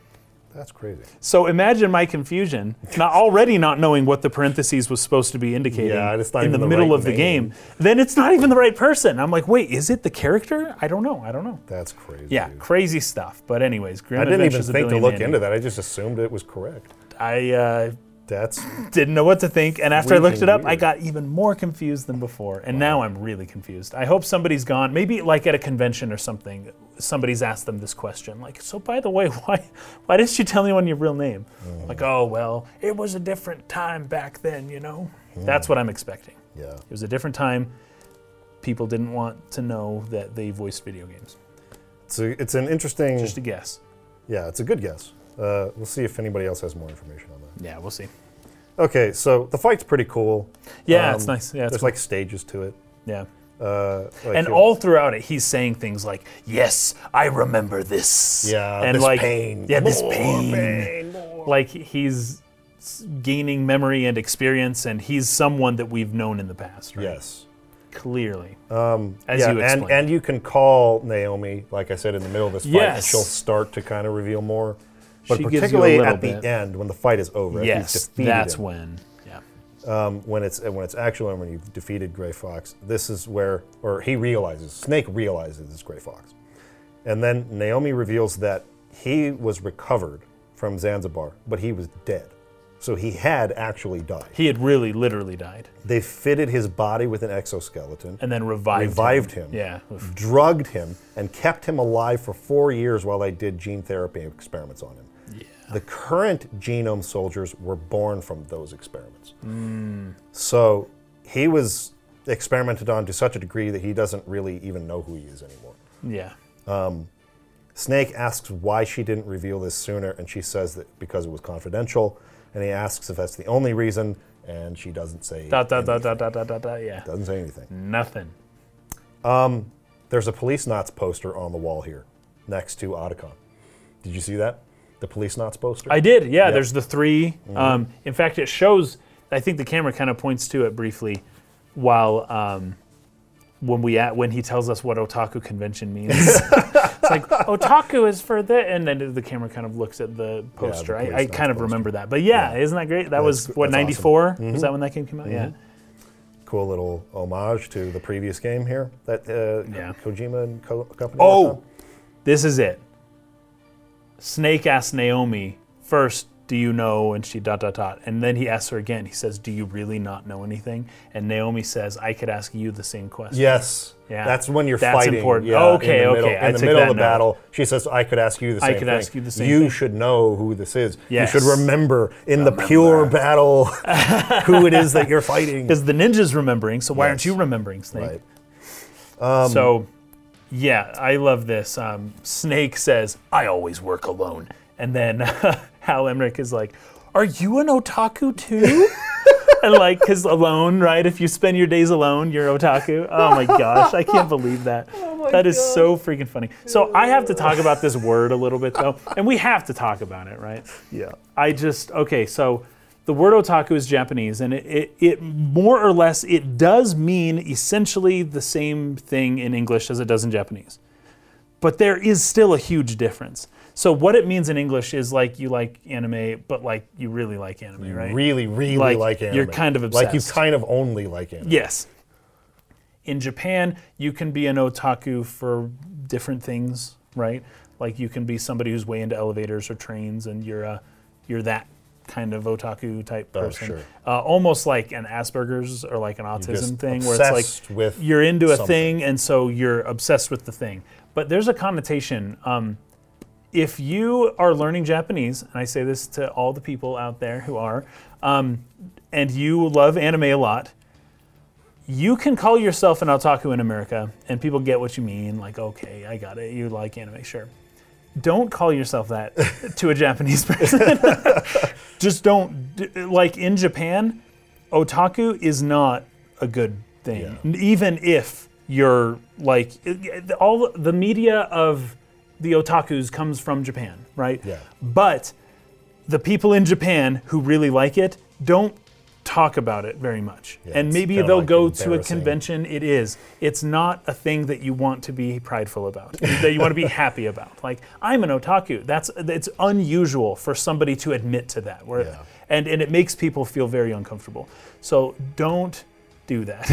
that's crazy. So imagine my confusion, not already not knowing what the parentheses was supposed to be indicating Yeah, and it's not in the even the middle right of the name. game. Then it's not even the right person. I'm like, wait, is it the character? I don't know. I don't know. That's crazy. Yeah, dude. crazy stuff. But anyways, Grim I didn't even Adventures of think to Billy look and into that. I just assumed it was correct. Mandy. I uh, That's didn't know what to think, and after I Freaking looked it up, I weird. got even more confused than before. And now I'm really confused. I hope somebody's gone, maybe like at a convention or something. Somebody's asked them this question, like, "So by the way, <laughs> why, why didn't you tell anyone your real name?" Like, "Oh well, it was a different time back then, you know." That's what I'm expecting. yeah. It was a different time. People didn't want to know that they voiced video games. It's a, it's an interesting. Just a guess. yeah, it's a good guess. Uh, we'll see if anybody else has more information on that. Yeah, we'll see. Okay, so the fight's pretty cool. Yeah, it's nice. Yeah, it's Um, there's cool. like stages to it. Yeah. Uh, like And you- all throughout it, he's saying things like, "Yes, I remember this." Yeah, and this like, pain. Yeah, this More pain. pain, more. Like he's s- gaining memory and experience, and he's someone that we've known in the past. Right? <clears throat> yes. clearly. Um, as yeah, you and, explained. and you can call Naomi, like I said, in the middle of this fight, and Yes. she'll start to kind of reveal more. But She gives you a particularly little at bit. the end, when the fight is over, after you've yes, defeated that's him, when. Yeah. when it's when it's actual and when you've defeated Gray Fox, this is where or he realizes Snake realizes it's Gray Fox, and then Naomi reveals that he was recovered from Zanzibar, but he was dead, so he had actually died. He had really, literally died, They fitted his body with an exoskeleton, and then revived. revived him, Yeah. Oof. drugged him, and kept him alive for four years while they did gene therapy experiments on him. The current genome soldiers were born from those experiments. Mm. So he was experimented on to such a degree that he doesn't really even know who he is anymore. Yeah. Snake asks why she didn't reveal this sooner, and she says that because it was confidential. And he asks if that's the only reason, and she doesn't say Dot dot dot dot dot dot dot dot. Yeah. doesn't say anything. Nothing. There's a police knots poster on the wall here, next to Otacon. Did you see that? The police knots poster. I did. Yeah. There's the 3 Mm-hmm. Um, in fact, it shows. I think the camera kind of points to it briefly, while um, when we at, when he tells us what otaku convention means. <laughs> it's like otaku is for the, and then the camera kind of looks at the poster. police I, I knots kind of poster. remember that. But yeah, isn't that great? That was gr- what that's awesome. Mm-hmm. 94. Was that when that game came out? Yeah. cool little homage to the previous game here that uh, Yeah. Kojima and co- company. Oh, worked on. this is it. Snake asks Naomi first, "Do you know?" And she dot dot dot, and then he asks her again. He says, "Do you really not know anything?" And Naomi says, "I could ask you the same question." yes. Yeah. That's when you're That's fighting. important. Yeah, Okay, in the okay, middle, I In the took middle of that the note. battle, she says, "I could ask you the I same could thing. ask you the same You thing." should know who this is. Yes. You should remember in the pure <laughs> battle who it is that you're fighting." Because the ninja's remembering, so why aren't Yes. you remembering, Snake? Right. Um, so, yeah, I love this. Um, Snake says, "I always work alone," and then <laughs> Hal Emmerich is like, "Are you an otaku too?" <laughs> and like, because alone, right? If you spend your days alone, you're otaku. Oh my gosh, I can't believe that. that is so freaking funny. So I have to talk about this word a little bit though, and we have to talk about it, right? Yeah. I just okay. So the word otaku is Japanese, and it, it, it more or less it does mean essentially the same thing in English as it does in Japanese, but there is still a huge difference. So what it means in English is like you like anime, but like you really like anime, right? Really, really like, Like, anime. you're kind of Like you obsessed. kind of only like anime. Yes. In Japan, you can be an otaku for different things, right? Like you can be somebody who's way into elevators or trains, and you're a, you're that kind of otaku type person. Oh, sure. Uh, almost like an Asperger's or like an autism just thing, where it's obsessed like with you're into a something. thing, and so you're obsessed with the thing. But there's a connotation. Um, if you are learning Japanese, and I say this to all the people out there who are, um, and you love anime a lot, you can call yourself an otaku in America, and people get what you mean. Like, okay, I got it. You like anime, sure. Don't call yourself that to a Japanese person. <laughs> Just don't. d- Like in Japan, otaku is not a good thing, N- even if you're like it- all the media of the otakus comes from Japan, right? Yeah. But the people in Japan who really like it don't talk about it very much. and it's maybe kinda they'll like go to a embarrassing. convention. It is. It's not a thing that you want to be prideful about, <laughs> that you want to be happy about. Like, I'm an otaku. That's it's unusual for somebody to admit to that. Where, Yeah. and, and it makes people feel very uncomfortable. So don't do <laughs> that.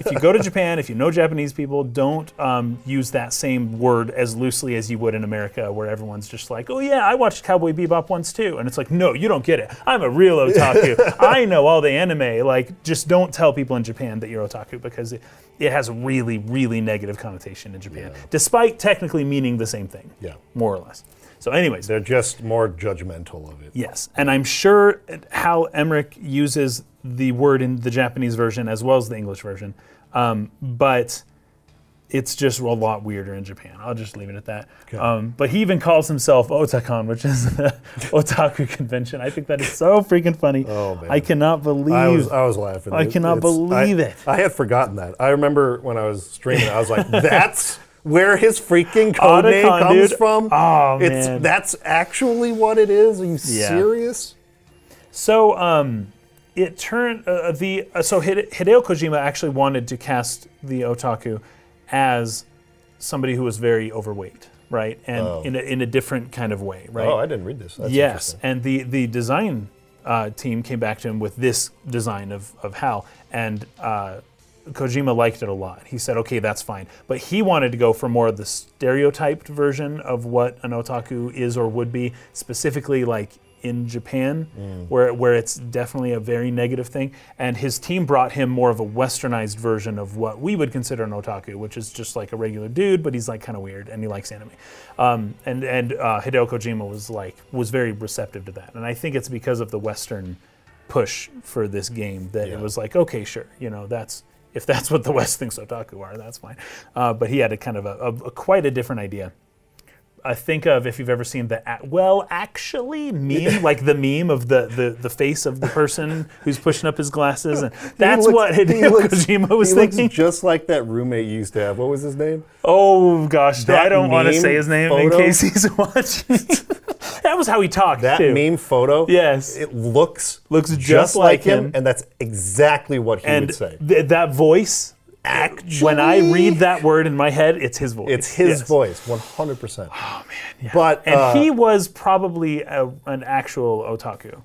if you go to Japan, if you know Japanese people, don't um, use that same word as loosely as you would in America, where everyone's just like, "Oh yeah, I watched Cowboy Bebop once too," and it's like, "No, you don't get it. I'm a real otaku. I know all the anime." Like, just don't tell people in Japan that you're otaku because it, it has a really, really negative connotation in Japan, despite technically meaning the same thing, Yeah. more or less. So, anyways, They're just more judgmental of it. Yes, and I'm sure Hal Emmerich uses the word in the Japanese version as well as the English version, um, but it's just a lot weirder in Japan. I'll just leave it at that. Um, but he even calls himself Otakon, which is <laughs> the otaku convention. I think that is so freaking funny. Oh, man. I cannot believe. I was uh, I was laughing. I cannot believe I- it. I had forgotten that. I remember when I was streaming, I <laughs> was like, "That's where his freaking code name Otacon, oh, comes dude. from." Aw, it's man. that's actually what it is. Are you serious? So um, it turned uh, the uh, so Hide- Hideo Kojima actually wanted to cast the otaku as somebody who was very overweight, right? And in a, in a different kind of way, right? Oh, I didn't read this. That's yes, interesting. and the the design uh, team came back to him with this design of of Hal, and uh, Kojima liked it a lot. He said, "Okay, that's fine," but he wanted to go for more of the stereotyped version of what an otaku is or would be, specifically like in Japan, where where it's definitely a very negative thing. And his team brought him more of a westernized version of what we would consider an otaku, which is just like a regular dude, but he's like kind of weird and he likes anime. Um, and and uh, Hideo Kojima was like was very receptive to that, and I think it's because of the western push for this game that Yeah. it was like okay, sure, you know that's. If that's what the <laughs> West thinks otaku are, that's fine. Uh, but he had a kind of a, a, a quite a different idea. I think of if you've ever seen the a- well actually meme, like the meme of the, the, the face of the person who's pushing up his glasses, and that's looks- what <laughs> he Hideo looks- Kojima was he looks thinking. just like that roommate you used to have. What was his name? oh gosh, That I don't want to meme say his name in photo? case he's <laughs> <laughs> watching. that was how he talked That too. meme photo. Yes. It looks Looks just, just like like him, him. and that's exactly what he and would say. th- that voice. Actually, When I read that word in my head, it's his voice. it's his Yes. voice, 100%. Oh man. But And uh, he was probably a, an actual otaku.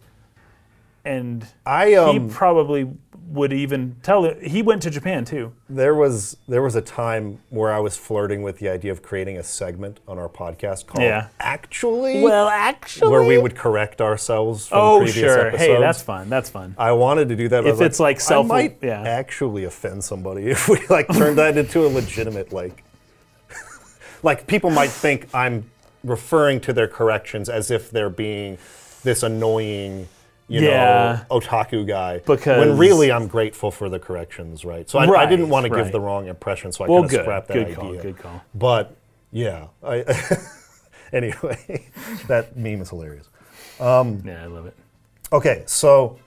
And I um, he probably would even tell it. He went to Japan too. There was there was a time where I was flirting with the idea of creating a segment on our podcast called Yeah. Actually, actually, where we would correct ourselves from oh previous sure, episodes. hey, that's fun. That's fun. I wanted to do that. but I If was it's, like, I self- might yeah. actually offend somebody <laughs> if we like turn that into a legitimate like, <laughs> like people might think I'm referring to their corrections as if they're being this annoying, you Yeah. know, otaku guy. Because- when really I'm grateful for the corrections, right? So I, I didn't Right, want to give right. the wrong impression, so I Well, kind of good, scrapped that good idea. call, good call. But yeah, I. <laughs> anyway, <laughs> that meme is hilarious. Yeah, I love it. Okay, so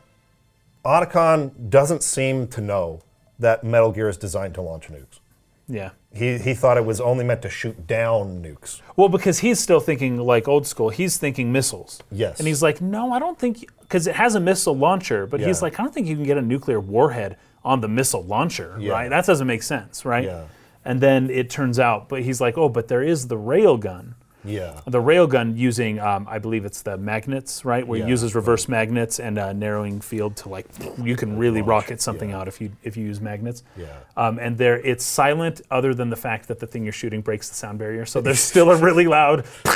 Otacon doesn't seem to know that Metal Gear is designed to launch nukes. Yeah. He, he thought it was only meant to shoot down nukes. Well, because he's still thinking like old school. He's thinking missiles. Yes. And he's like, no, I don't think because it has a missile launcher, but he's Yeah. like, I don't think you can get a nuclear warhead on the missile launcher, Yeah. right? That doesn't make sense, right? Yeah. And then it turns out, but he's like, oh, but there is the rail gun. Yeah. the railgun using, um, I believe it's the magnets, right? Where Yeah, it uses reverse magnets and a narrowing field to like, you can really rocket something out if you if you use magnets. Yeah. Um, and there, it's silent other than the fact that the thing you're shooting breaks the sound barrier, so there's still a really loud. <laughs>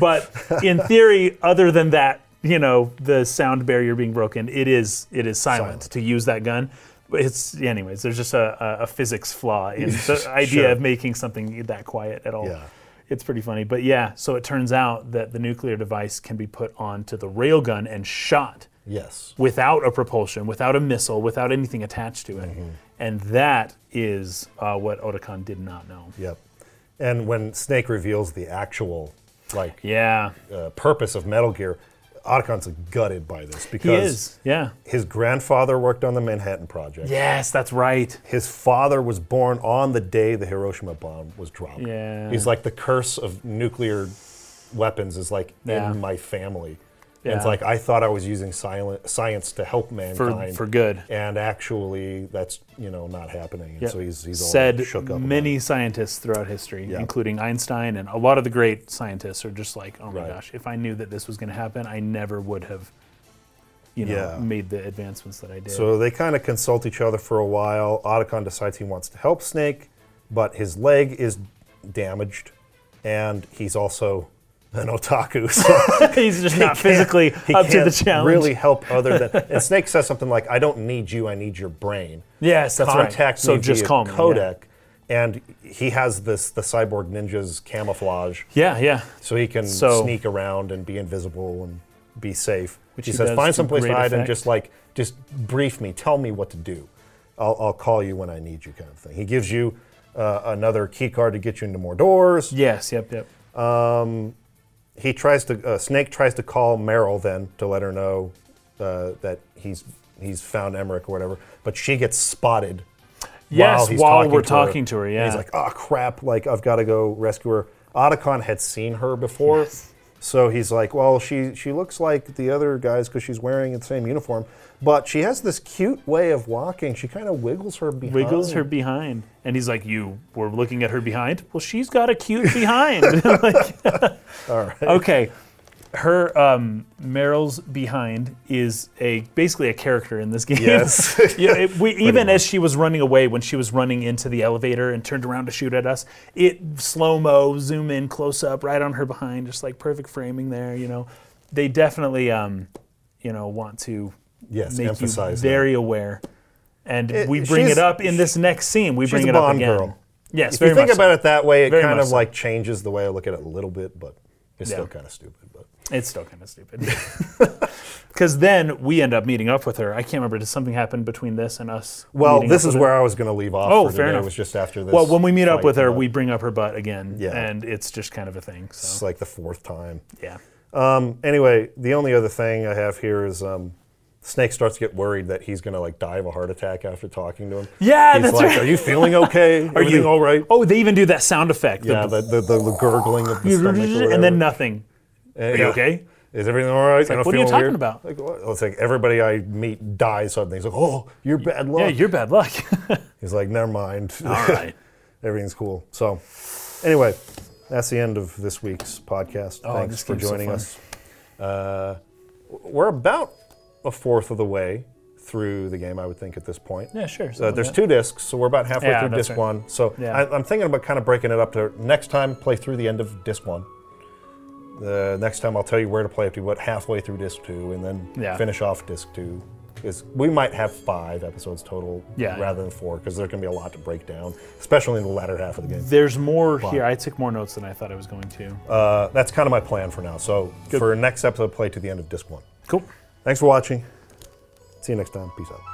but in theory, other than that, you know, the sound barrier being broken, it is it is silent, Silent. to use that gun. But it's anyways, there's just a, a, a physics flaw <laughs> in the idea Sure. of making something that quiet at all. Yeah. It's pretty funny. But yeah, so it turns out that the nuclear device can be put onto the railgun and shot Yes. without a propulsion, without a missile, without anything attached to it. Mm-hmm. And that is uh, what Otakon did not know. Yep. And when Snake reveals the actual like Yeah, uh, purpose of Metal Gear, Otacon's gutted by this he because is. Yeah. his grandfather worked on the Manhattan Project. Yes, that's right. His father was born on the day the Hiroshima bomb was dropped. Yeah. He's like the curse of nuclear weapons is like Yeah. in my family. And it's Yeah. like I thought I was using silent, science to help For, mankind for good. and actually that's you know not happening. And Yep. so he's he's all said shook up. about many scientists throughout history, Yeah. including Einstein, and a lot of the great scientists are just like, oh my Right. gosh, if I knew that this was going to happen, I never would have, you know, Yeah. made the advancements that I did. it. So they kind of consult each other for a while. Otacon decides he wants to help Snake, but his leg is damaged and he's also an otaku. <laughs> So <laughs> He's <laughs> just not can't- physically he up to the can't challenge. Really help other <laughs> than and Snake says something like, "I don't need you. I need your brain." Yes, that's Contact right. me So just via call me. codec, and he has this the cyborg ninja's camouflage, Yeah, yeah. yeah. so he can So- sneak around and be invisible and be safe. Which he he says, does "Find to someplace to great hide and effect. just like just brief me, tell me what to do. I'll, I'll call you when I need you," kind of thing. He gives you uh, another key card to get you into more doors. Yes. Yep. Yep. He tries to uh, Snake tries to call Meryl then to let her know uh, that he's he's found Emmerich or whatever, but she gets spotted. Yes, he's while we're her. talking to her, And yeah. he's like, oh crap! Like I've got to go rescue her. Otacon had seen her before, so he's like, well, she she looks like the other guys because she's wearing the same uniform, but she has this cute way of walking. She kind of wiggles her behind. Wiggles her behind, and he's like, "You were looking at her behind. Well, she's got a cute behind." <laughs> <laughs> Like- Okay, her um, Meryl's behind is a basically a character in this game. <laughs> Yes. yeah, it- we, even as she was running away, when she was running into the elevator and turned around to shoot at us, it slow mo, zoom in, close up, right on her behind, just like perfect framing there. You know, they definitely, um, you know, want to Yes, make you emphasize that. very aware. And we bring it she's- up in this next scene. We bring a it up Bond again. girl. Yes, If very you think much. so. about it that way, it Very kind much of so. like changes the way I look at it a little bit, but it's still Yeah. kind of stupid. But It's still kind of stupid. <laughs> Because then we end up meeting up with her. I can't remember. Did something happen between this and us? well, meeting this up is with where I was going to leave off. Oh, for fair today, enough. Was just after her? this. Well, when we meet up fight, with her, but we bring up her butt again. Yeah. And it's just kind of a thing. So, It's like the fourth time. yeah. Um, anyway, the only other thing I have here is um, Snake starts to get worried that he's going to like die of a heart attack after talking to him. Yeah, he's that's like, right. "Are you feeling <laughs> okay? Are you- all right?" Oh, they even do that sound effect. the- Yeah, the, the, the, gurgling of the stomach. or <laughs> and then whatever. nothing. Are you okay? Is everything all right? I don't what are you feel talking weird. about? Like, what? It's like everybody I meet dies suddenly. He's like, "Oh, you're bad luck." Yeah, you're bad <laughs> luck. He's like, never mind. All right. Everything's cool. So, anyway, that's the end of this week's podcast. Thanks Oh, this for game's so joining fun. us. Uh, we're about a fourth of the way through the game, I would think, at this point. <laughs> Yeah, sure, So something there's like two discs, so we're about halfway Yeah, through that's disc right. one. So Yeah. I, I'm thinking about kind of breaking it up to next time, play through the end of disc one. The next time I'll tell you where to play up to what halfway through disc two, and then Yeah. finish off disc two. Is we might have five episodes total Yeah. rather than four because there's going to be a lot to break down, especially in the latter half of the game. There's more here. I took more notes than I thought I was going to. Uh, that's kind of my plan for now. So for next episode, play to the end of disc one. cool. Thanks for watching. See you next time. Peace out.